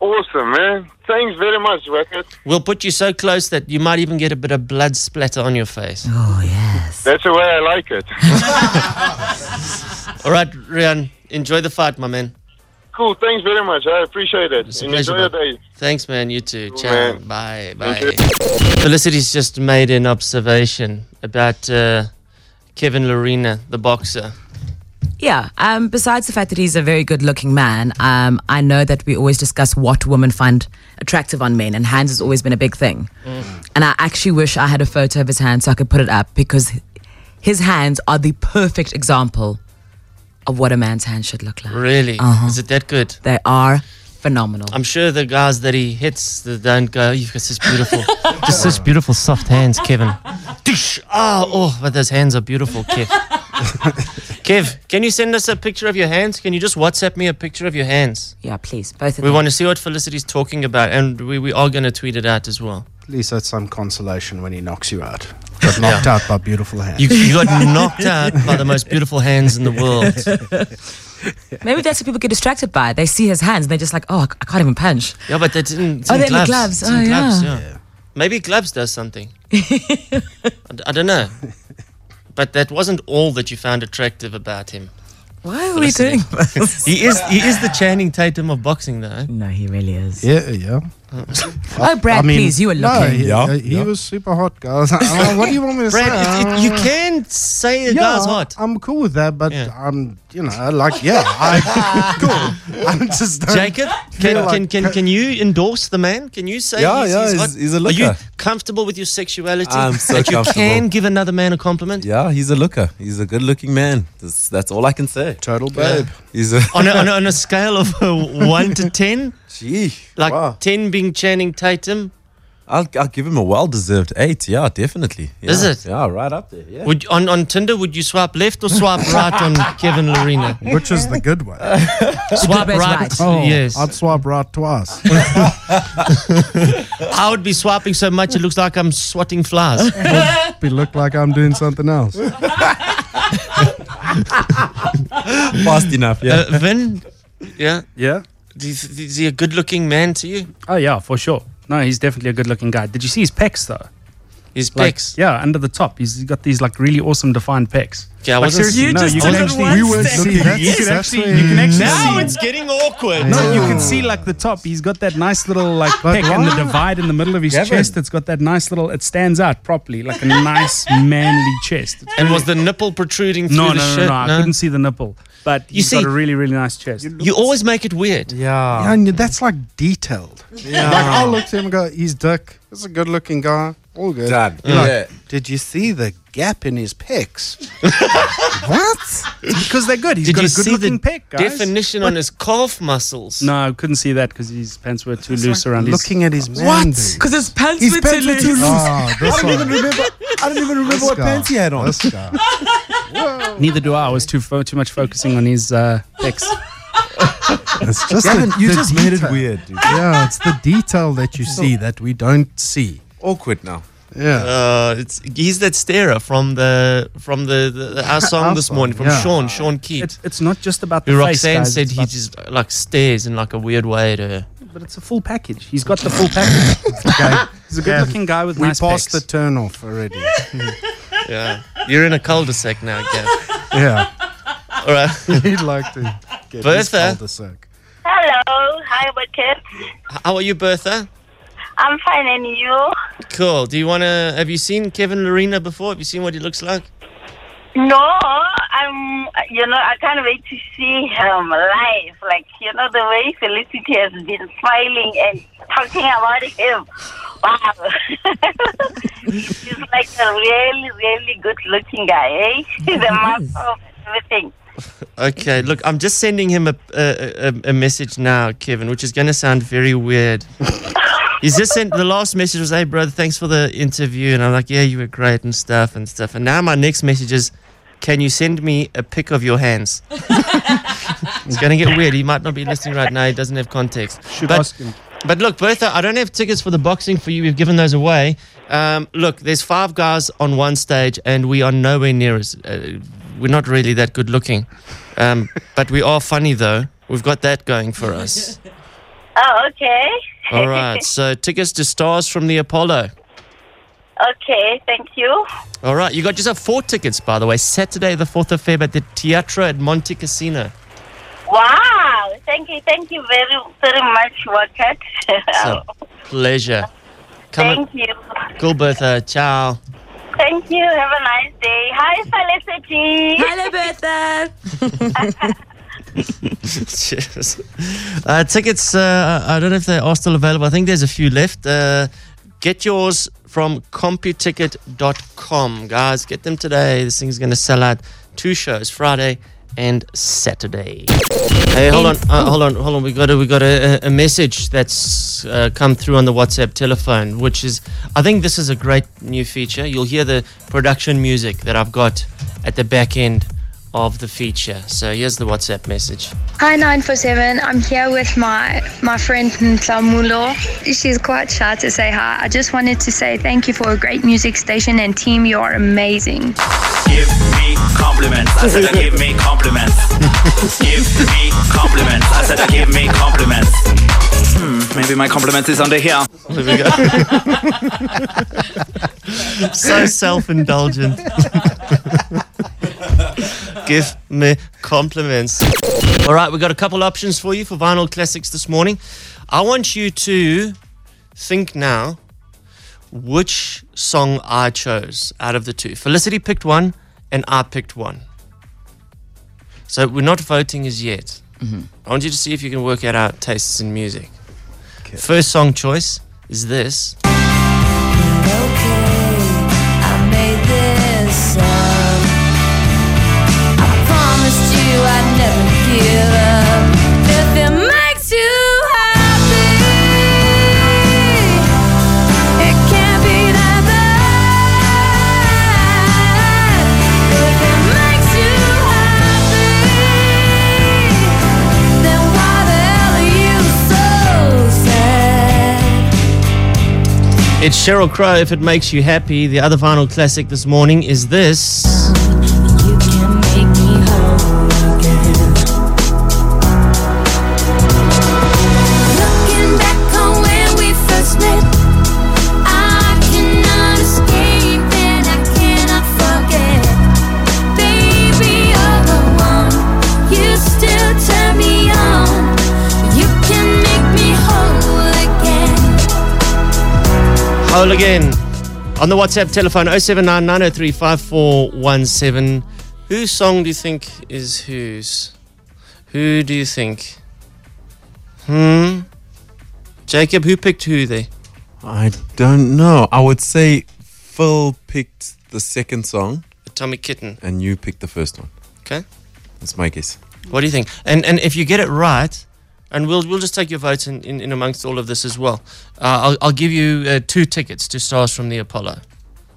Speaker 8: Awesome, man. Thanks very much, Wackett.
Speaker 4: We'll put you so close that you might even get a bit of blood splatter on your face. Oh, yes.
Speaker 8: That's the way I like it.
Speaker 4: (laughs) All right, Rian, enjoy the fight, my man.
Speaker 8: cool. Thanks very much. I appreciate it.
Speaker 4: It's a
Speaker 8: And
Speaker 4: pleasure,
Speaker 8: Enjoy
Speaker 4: bud.
Speaker 8: your day.
Speaker 4: Thanks, man. You too.
Speaker 8: Cool,
Speaker 4: Ciao.
Speaker 8: man.
Speaker 4: Bye.
Speaker 8: Thank
Speaker 4: Bye. Felicity's just made an observation about uh, Kevin Lorena, the boxer.
Speaker 5: Yeah. Um, besides the fact that he's a very good looking man, um, I know that we always discuss what women find attractive on men, and hands has always been a big thing. And I actually wish I had a photo of his hands so I could put it up because his hands are the perfect example of what a man's hand should look like.
Speaker 4: Really?
Speaker 5: Uh-huh.
Speaker 4: Is it that good?
Speaker 5: They are phenomenal.
Speaker 4: I'm sure the guys that he hits that don't go, you've got such
Speaker 5: (laughs)
Speaker 4: beautiful, just such beautiful soft hands, Kevin. Dish. Ah, oh, but those hands are beautiful, Kev. (laughs) Kev, can you send us a picture of your hands? Can you just WhatsApp me a picture of your hands?
Speaker 5: Yeah, please. Both of
Speaker 4: We
Speaker 5: them.
Speaker 4: want to see what Felicity's talking about, and we, we are going to tweet it out as well.
Speaker 7: At least that's some consolation when he knocks you out. Got knocked out by beautiful hands.
Speaker 4: You,
Speaker 5: (laughs)
Speaker 4: you got knocked out by
Speaker 6: (laughs)
Speaker 4: the most beautiful hands in the world.
Speaker 5: Maybe that's what people get distracted by. They see his hands and they're just like, oh, I c- I can't even punch.
Speaker 4: Yeah, but they didn't. it's
Speaker 5: Oh,
Speaker 4: in
Speaker 5: they're in the
Speaker 4: gloves.
Speaker 5: gloves.
Speaker 4: It's in
Speaker 5: Oh,
Speaker 4: gloves,
Speaker 5: yeah.
Speaker 4: Maybe gloves
Speaker 5: (laughs)
Speaker 4: does something. I, d- I don't know. But that wasn't all that you found attractive about him.
Speaker 5: Why are we doing this?
Speaker 4: (laughs) He is he is the Channing Tatum of boxing, though.
Speaker 5: No, he really is.
Speaker 7: Yeah, yeah.
Speaker 5: (laughs) Oh, Brad, please, you were
Speaker 7: no,
Speaker 5: looking.
Speaker 7: he,
Speaker 5: Yeah,
Speaker 7: uh, he
Speaker 5: yeah.
Speaker 7: was (laughs) super hot, guys. Uh, what do you want me to say? Uh,
Speaker 4: Brad, it- it- you can say a guy's hot.
Speaker 7: I'm cool with that, but I'm, you know, like, yeah,
Speaker 5: (laughs)
Speaker 7: I, cool. I'm just don't
Speaker 4: Jacob,
Speaker 7: feel
Speaker 4: can,
Speaker 7: like-
Speaker 4: can, can, can you
Speaker 5: (laughs)
Speaker 4: endorse the man? Can you say
Speaker 7: Yeah,
Speaker 4: he's,
Speaker 7: yeah,
Speaker 4: he's,
Speaker 7: he's-
Speaker 4: hot?
Speaker 7: he's a
Speaker 4: Are you
Speaker 3: looker.
Speaker 4: comfortable with your sexuality?
Speaker 3: I'm so
Speaker 4: that you
Speaker 3: comfortable.
Speaker 4: can give another (laughs) man a compliment?
Speaker 3: Yeah, he's a looker. He's a good-looking man. That's, that's all I can say.
Speaker 7: Total
Speaker 4: babe.
Speaker 3: He's a
Speaker 4: on, a, on, a,
Speaker 3: (laughs)
Speaker 4: on a scale of uh, 1 to 10?
Speaker 3: Gee.
Speaker 4: Like 10 being Channing Tatum?
Speaker 3: I'll, I'll give him a well-deserved eight. Yeah, definitely. Yeah.
Speaker 4: Is it?
Speaker 3: Yeah, right up there. Yeah.
Speaker 4: Would on, on Tinder, would you swipe left or swipe right
Speaker 3: (laughs)
Speaker 4: on Kevin Lorena?
Speaker 7: Which is the good
Speaker 4: (laughs)
Speaker 7: one?
Speaker 4: Swipe right.
Speaker 7: Oh,
Speaker 4: Yes.
Speaker 7: I'd swipe right twice.
Speaker 15: Oh.
Speaker 4: I would be swiping so much it looks like I'm swatting
Speaker 3: (laughs)
Speaker 4: flies.
Speaker 7: Be look like I'm doing
Speaker 5: (laughs)
Speaker 7: something else.
Speaker 3: Fast enough, yeah.
Speaker 4: Uh, Vin, yeah.
Speaker 15: Yeah.
Speaker 4: Is, is he a good looking man to you?
Speaker 15: Oh, yeah, for sure. No, he's definitely a good looking guy. Did you see his pecs, though?
Speaker 4: His pecs?
Speaker 15: Yeah, under the top. He's got these like really awesome defined pecs.
Speaker 4: Yeah, I
Speaker 15: like,
Speaker 4: wasn't-
Speaker 15: seriously,
Speaker 4: You
Speaker 15: no,
Speaker 4: just
Speaker 15: you can
Speaker 4: took it
Speaker 15: actually,
Speaker 4: one
Speaker 15: you
Speaker 4: step.
Speaker 15: can
Speaker 4: See,
Speaker 15: actually, you
Speaker 4: that's
Speaker 15: can actually,
Speaker 4: where-
Speaker 15: you can actually
Speaker 4: Now
Speaker 15: see-
Speaker 4: it's getting awkward.
Speaker 15: No, you can see like the top. He's got that nice little like pec and the
Speaker 4: why?
Speaker 15: divide in the middle of his
Speaker 4: Gavin.
Speaker 15: chest. It's got that nice little. It stands out properly, like a nice manly chest. It's
Speaker 4: And
Speaker 15: really-
Speaker 4: was the nipple protruding (laughs) through
Speaker 15: no,
Speaker 4: the
Speaker 15: no, no,
Speaker 4: shirt?
Speaker 15: no, I couldn't see the nipple, but
Speaker 4: You
Speaker 15: he's got
Speaker 4: see-
Speaker 15: a really, really nice chest.
Speaker 4: You always make it weird.
Speaker 7: Yeah, and that's like detailed.
Speaker 15: Yeah.
Speaker 7: Like I'll look to him and go, he's Dick. He's a good looking guy. all good.
Speaker 35: Done.
Speaker 7: You're like,
Speaker 35: Yeah.
Speaker 7: Did you see the gap in his pecs? (laughs) what? Because they're good. He's
Speaker 4: Did
Speaker 7: got
Speaker 4: you
Speaker 7: a good
Speaker 4: see the
Speaker 7: looking pec, guys.
Speaker 4: definition on his calf muscles?
Speaker 15: No, I couldn't see that because his pants were too loose around his. (laughs)
Speaker 7: looking at his man. dude.
Speaker 36: Because his pants
Speaker 7: His
Speaker 36: were
Speaker 7: pants
Speaker 36: too
Speaker 7: were
Speaker 36: loose.
Speaker 7: too loose.
Speaker 15: Ah,
Speaker 7: this
Speaker 35: I don't
Speaker 7: one.
Speaker 35: even remember. I don't even remember what
Speaker 7: guy.
Speaker 35: pants he had on.
Speaker 15: (laughs)
Speaker 7: This guy.
Speaker 15: Neither do I. I was too fo- too much focusing on his uh, pecs.
Speaker 35: (laughs)
Speaker 7: It's just
Speaker 35: Gavin,
Speaker 7: the-
Speaker 35: you
Speaker 7: the
Speaker 35: just made it
Speaker 7: detail.
Speaker 35: weird, dude.
Speaker 7: Yeah, it's the detail that you see that we don't see.
Speaker 35: Awkward now.
Speaker 7: Yeah.
Speaker 4: Uh, it's he's that starer from the from the, the, the our song
Speaker 15: Our
Speaker 4: this
Speaker 15: song,
Speaker 4: morning from
Speaker 15: yeah.
Speaker 4: Sean Sean Keat.
Speaker 15: It's, it's not just about the
Speaker 4: who
Speaker 15: face,
Speaker 4: Roxanne
Speaker 15: guys,
Speaker 4: said
Speaker 15: it's
Speaker 4: he
Speaker 15: about-
Speaker 4: just uh, like stares in like a weird way at her.
Speaker 15: but it's a full package. He's got the full
Speaker 7: (laughs)
Speaker 15: package. He's a good-looking guy with
Speaker 7: we
Speaker 15: nice
Speaker 7: passed
Speaker 15: pecs.
Speaker 7: the turn off already.
Speaker 4: Yeah, you're in a cul-de-sac now, Gav.
Speaker 7: yeah.
Speaker 4: (laughs) All right,
Speaker 7: (laughs) He'd like to get his
Speaker 4: Bertha?
Speaker 7: cul-de-sac.
Speaker 9: Hello, hi, Wicked.
Speaker 4: how are you, Bertha?
Speaker 9: I'm fine, and you?
Speaker 4: Cool. Do you want to? Have you seen Kevin Lorena before? Have you seen what he looks like?
Speaker 9: No, I'm. You know, I can't wait to see him live. Like you know, the way Felicity has been smiling and talking about him. Wow, (laughs) he's like a really, really good-looking guy. Eh? (laughs) He's a master of everything.
Speaker 4: Okay, look, I'm just sending him a a, a, a message now, Kevin, which is going to sound very (laughs) weird. He's just sent the last message was, "Hey, brother, thanks for the interview," and I'm like, "Yeah, you were great and stuff and stuff." And now my next message is, "Can you send me a pic of your (laughs) hands?" it's going to get weird. He might not be listening right now. He doesn't have context.
Speaker 15: Should
Speaker 4: But-
Speaker 15: ask him.
Speaker 4: But look, Bertha, I don't have tickets for the boxing for you. We've given those away. Um, look, there's five guys on one stage, and we are nowhere near as. Uh, we're not really that good looking,
Speaker 15: (laughs)
Speaker 4: um, but we are funny though. We've got that going for us.
Speaker 9: Oh, okay.
Speaker 4: All right, so tickets to Stars from the Apollo.
Speaker 9: (laughs) okay, thank you.
Speaker 4: All right, you got yourself four tickets, by the way. Saturday, the 4th of Feb at the Teatro at Monte Casino.
Speaker 9: Wow, thank you, thank you very, very much, Wicked. (laughs)
Speaker 4: So, pleasure. Come
Speaker 9: thank
Speaker 4: on.
Speaker 9: you.
Speaker 4: Cool, Bertha. Ciao.
Speaker 9: Thank you. Have a nice day. Hi, Felicity.
Speaker 36: Hello, Bertha.
Speaker 4: (laughs) Cheers. Uh, tickets, uh, I don't know if they are still available. I think there's a few left. Uh, get yours from computicket.com, guys. Get them today. This thing's going to sell out two shows, Friday and Saturday. Hey, hold on, uh, hold on, hold on. We got a, we got a, a- a message that's uh, come through on the WhatsApp telephone, which is I think this is a great new feature. You'll hear the production music that I've got at the back end of the feature. So here's the WhatsApp message.
Speaker 21: Hi 947, I'm here with my, my friend Mtsamulo. She's quite shy to say hi. I just wanted to say thank you for a great music station and team, you are amazing.
Speaker 1: Give me compliments. I said, I give me compliments. give me compliments. I said, I give me compliments. Hmm, maybe my compliments is under here.
Speaker 4: There we mm. go. so self-indulgent. Give me compliments. All right, we've got a couple options for you for vinyl classics this morning. I want you to think now which song I chose out of the two. Felicity picked one, and I picked one. So we're not voting as yet. I want you to see if you can work out our tastes in music. First song choice is this.
Speaker 11: I made this up. I promised you I'd never give up. If it makes you happy, it can't be that bad. If it makes you happy, then why the hell are you so sad?
Speaker 4: It's Cheryl Crow, If It Makes You Happy. The other vinyl classic this morning is this.
Speaker 11: Looking back on when we first met, I cannot escape and I cannot forget. Baby, you're the one. You still turn me on. You can make me whole again.
Speaker 4: Hole again. On the WhatsApp telephone 079 903 5417. Whose song do you think is whose? Who do you think? Hmm? Jacob, who picked who there?
Speaker 3: I don't know. I would say Phil picked the second song
Speaker 4: Atomic Kitten.
Speaker 3: and you picked the first one.
Speaker 4: Okay.
Speaker 3: That's my guess.
Speaker 4: What do you think? And and if you get it right, and we'll we'll just take your votes in, in, in amongst all of this as well. Uh, I'll I'll give you uh, two tickets to Stars from the Apollo.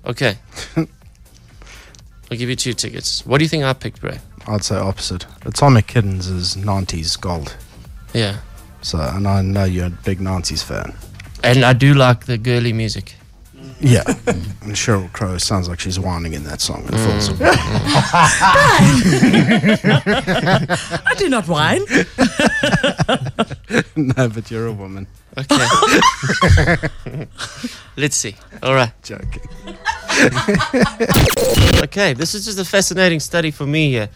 Speaker 4: Okay. I'll give you two tickets. What do you think I picked, Bray?
Speaker 7: I'd say opposite. Atomic Kittens is 90s gold.
Speaker 4: Yeah.
Speaker 7: So, and I know you're a big 90s fan.
Speaker 4: And I do like the girly music.
Speaker 7: Yeah. Mm-hmm. and Cheryl Crow sounds like she's whining in that song. And Phil's
Speaker 5: Mm.
Speaker 7: (laughs)
Speaker 5: I do not whine.
Speaker 7: (laughs) no, but you're a woman. (laughs)
Speaker 5: (laughs)
Speaker 4: Okay. Let's see. All right.
Speaker 7: Joking.
Speaker 4: (laughs) okay, this is just a fascinating study for me here.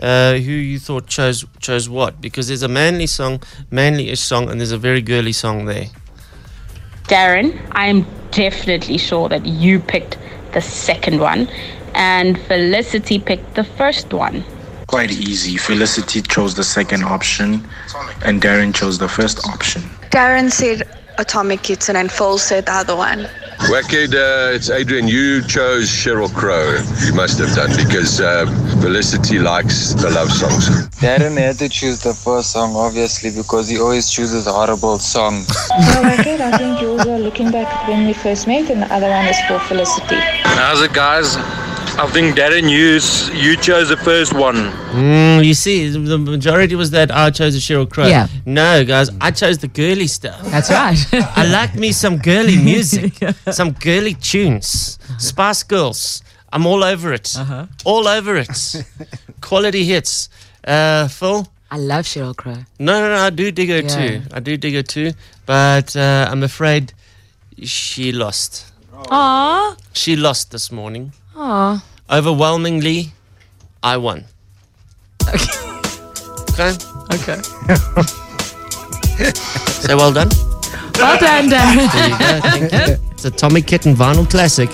Speaker 4: Uh, who you thought chose chose what? Because there's a manly song, manly-ish song, and there's a very girly song there.
Speaker 17: Darren, I'm definitely sure that you picked the second one, and Felicity picked the first one.
Speaker 18: Quite easy. Felicity chose the second option, and Darren chose the first option.
Speaker 19: Darren said Atomic Kitten and Phil said the other one.
Speaker 22: Wackhead, uh, it's Adrian. You chose Cheryl Crow. You must have done because uh, Felicity likes the love songs.
Speaker 23: Darren had to choose the first song, obviously, because he always chooses horrible songs. (laughs) Well, Raquel, I think you were looking back at when we first met, and the other one is for Felicity.
Speaker 24: How's it, guys? I think Darren, you s- you chose the first one.
Speaker 4: Mm, you see, the the majority was that I chose the Cheryl Crow.
Speaker 23: Yeah.
Speaker 4: No, guys, I chose the girly stuff.
Speaker 5: That's right.
Speaker 4: (laughs) I like me
Speaker 5: (laughs)
Speaker 4: some girly music, some girly tunes, Spice Girls. I'm all over it. Uh-huh. All
Speaker 5: (laughs)
Speaker 4: over it. Quality hits. Uh, Phil?
Speaker 5: I love Cheryl Crow.
Speaker 4: No, no, no. I do dig her
Speaker 5: Yeah.
Speaker 4: too. I do dig her too. But uh, I'm afraid she lost.
Speaker 5: Aw.
Speaker 4: She lost this morning.
Speaker 5: Aw.
Speaker 4: Overwhelmingly, I won. Okay.
Speaker 5: Okay.
Speaker 4: (laughs) So well done.
Speaker 5: Well done,
Speaker 4: (laughs) There you go.
Speaker 5: Darren.
Speaker 4: Thank you. It's a Tommy Kitten vinyl classic.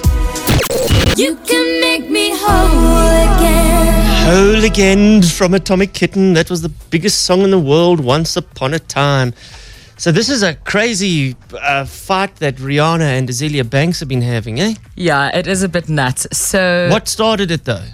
Speaker 16: You can make me whole again.
Speaker 4: Whole again from Atomic Kitten. That was the biggest song in the world once upon a time. So this is a crazy uh, fight that Rihanna and Azealia Banks have been having, eh?
Speaker 5: Yeah, Uh, it is a bit nuts. So
Speaker 4: What started it though?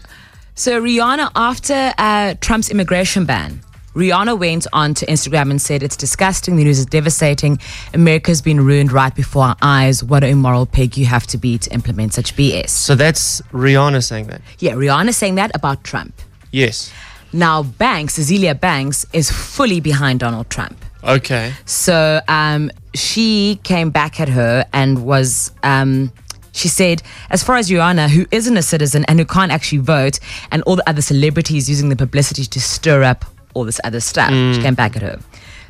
Speaker 5: So Rihanna, after uh, Trump's immigration ban, Rihanna went on to Instagram and said, "It's disgusting. The news is devastating. America's been ruined right before our eyes. What an immoral pig you have to be to implement such BS."
Speaker 4: So that's Rihanna saying that.
Speaker 5: Yeah, Rihanna saying that about Trump.
Speaker 4: Yes.
Speaker 5: Now Banks, Azealia Banks, is fully behind Donald Trump.
Speaker 4: Okay.
Speaker 5: So um, she came back at her and was. Um, she said, as far as Rihanna, who isn't a citizen and who can't actually vote, and all the other celebrities using the publicity to stir up all this other stuff, she
Speaker 25: Mm.
Speaker 5: came back at her.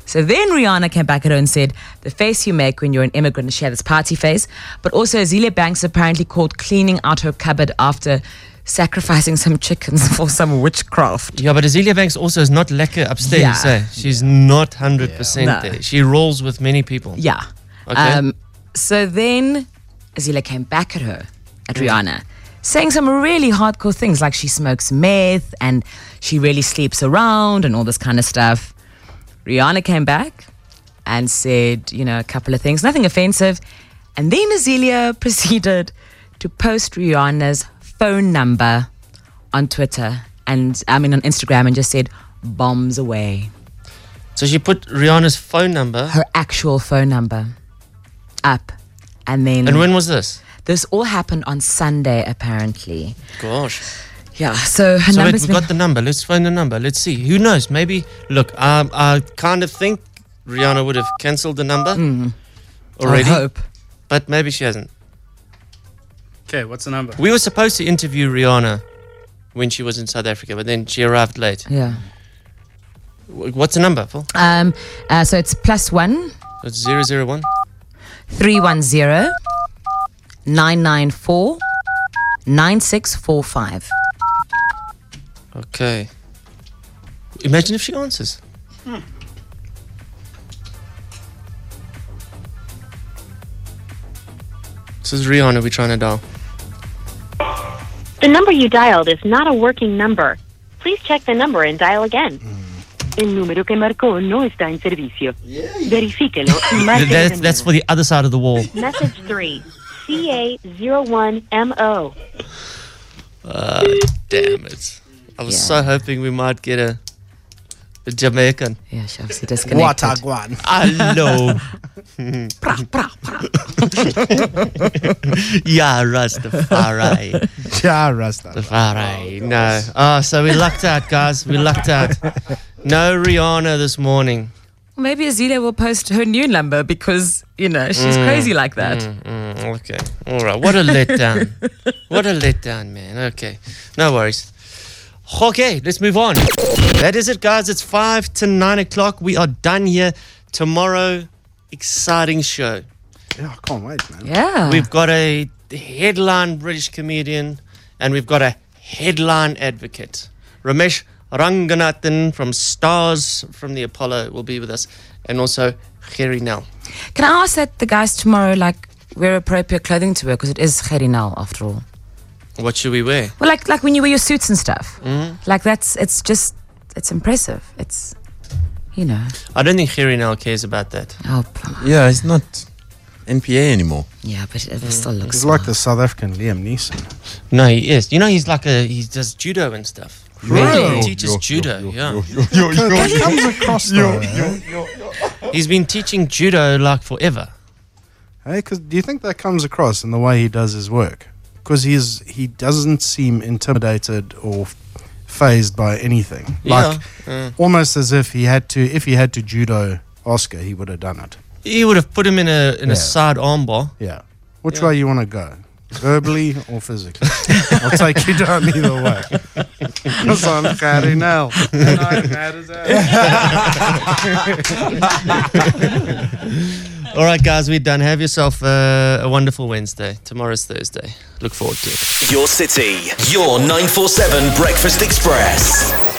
Speaker 5: So then Rihanna came back at her and said, The face you make when you're an immigrant, she had this party face. But also, Azealia Banks apparently called cleaning out her cupboard after sacrificing some chickens (laughs) for some witchcraft.
Speaker 4: Yeah, but Azealia Banks also is not lekker upstairs.
Speaker 5: Yeah.
Speaker 4: eh? She's not 100%
Speaker 5: No.
Speaker 4: there. She rolls with many people.
Speaker 5: Yeah.
Speaker 4: Okay.
Speaker 5: Um, so then Azila came back at her, at
Speaker 4: Mm.
Speaker 5: Rihanna, saying some really hardcore things like she smokes meth and she really sleeps around and all this kind of stuff. Rihanna came back and said, you know, a couple of things, nothing offensive. And then Azealia (laughs) proceeded to post Rihanna's phone number on Twitter and, I mean, on Instagram and just said, bombs away.
Speaker 4: So she put Rihanna's phone number.
Speaker 5: Her actual phone number up. And then.
Speaker 4: And when was this?
Speaker 5: This all happened on Sunday, apparently.
Speaker 4: Gosh.
Speaker 5: Yeah, so her
Speaker 4: so wait,
Speaker 5: number's
Speaker 4: we've
Speaker 5: been-
Speaker 4: got the number. Let's find the number. Let's see. Who knows? Maybe. Look, um, I kind of think Rihanna would have cancelled the number
Speaker 5: Hmm. I
Speaker 4: already.
Speaker 5: hope.
Speaker 4: But maybe she hasn't.
Speaker 15: Okay, what's the number?
Speaker 4: We were supposed to interview Rihanna when she was in South Africa, but then she arrived late.
Speaker 5: (laughs) Yeah.
Speaker 4: Wh- What's the number, Paul?
Speaker 5: Um, uh, so it's plus one
Speaker 4: It's 001.
Speaker 5: three one zero nine nine four nine six four five.
Speaker 4: Okay. Imagine if she answers. Hmm. This is Rihanna we're trying to dial. Hmm.
Speaker 11: The number you dialed is not a working number. Please check the number and dial again.
Speaker 20: El número que marcó no está en servicio. Verifíquelo y marque de
Speaker 4: That, that's for the other side of the wall.
Speaker 20: nuevo. Message 3, CA01MO.
Speaker 4: Ah, damn it. I was so hoping we might get a, a Jamaican.
Speaker 5: Yeah,
Speaker 4: (laughs)
Speaker 5: obviously
Speaker 4: disconnected.
Speaker 7: Wataguan.
Speaker 4: I know. (laughs)
Speaker 5: pra, pra,
Speaker 4: (laughs) yeah, Rastafari.
Speaker 7: Yeah, Rasta.
Speaker 4: Rastafari. no. Ah, so we lucked out, guys. We lucked out. No Rihanna this morning.
Speaker 5: Maybe Azile will post her new number because, you know, she's
Speaker 4: Mm,
Speaker 5: crazy like that.
Speaker 4: mm, mm, okay. All right. What a
Speaker 5: (laughs)
Speaker 4: letdown. what a letdown, man. Okay. No worries. Okay, let's move on. That is it, guys. It's five to nine o'clock. We are done here. Tomorrow, exciting show.
Speaker 7: Yeah, I can't wait, man.
Speaker 4: We've got a headline British comedian and we've got a headline advocate. Ramesh Ranganathan from Stars from the Apollo will be with us and also Geri Nell.
Speaker 5: Can I ask that the guys tomorrow, like, wear appropriate clothing to work? Because it is Kherinal, after all.
Speaker 4: What should we wear?
Speaker 5: Well, like, like when you wear your suits and stuff.
Speaker 4: Mm?
Speaker 5: Like, that's, it's just, it's impressive. It's, you know.
Speaker 4: I don't think Geri Nell cares about that.
Speaker 5: Oh,
Speaker 3: Yeah, it's not NPA anymore.
Speaker 5: Yeah, but it still looks.
Speaker 7: He's like the South African Liam Neeson.
Speaker 4: No, he is. You know, he's like a he does judo and stuff.
Speaker 7: Really?
Speaker 4: He teaches judo. yeah.
Speaker 7: That comes across though, eh?
Speaker 4: He's been teaching judo like forever.
Speaker 7: Hey, 'cause do you think that comes across in the way he does his work? Because he's he doesn't seem intimidated or phased by anything. Like
Speaker 4: yeah. Uh,
Speaker 7: almost as if he had to, if he had to judo Oscar, he would have done it.
Speaker 4: he would have put him in a in
Speaker 7: Yeah.
Speaker 4: a side armbar.
Speaker 7: Yeah. Which
Speaker 4: Yeah.
Speaker 7: way you want to go, verbally or
Speaker 4: (laughs)
Speaker 7: physically? I'll take you down either way. 'Cause I'm carrying now.
Speaker 4: All right, guys, we're done. Have yourself uh, a wonderful Wednesday. Tomorrow's Thursday. Look forward to it.
Speaker 25: Your city, your 947 Breakfast Express.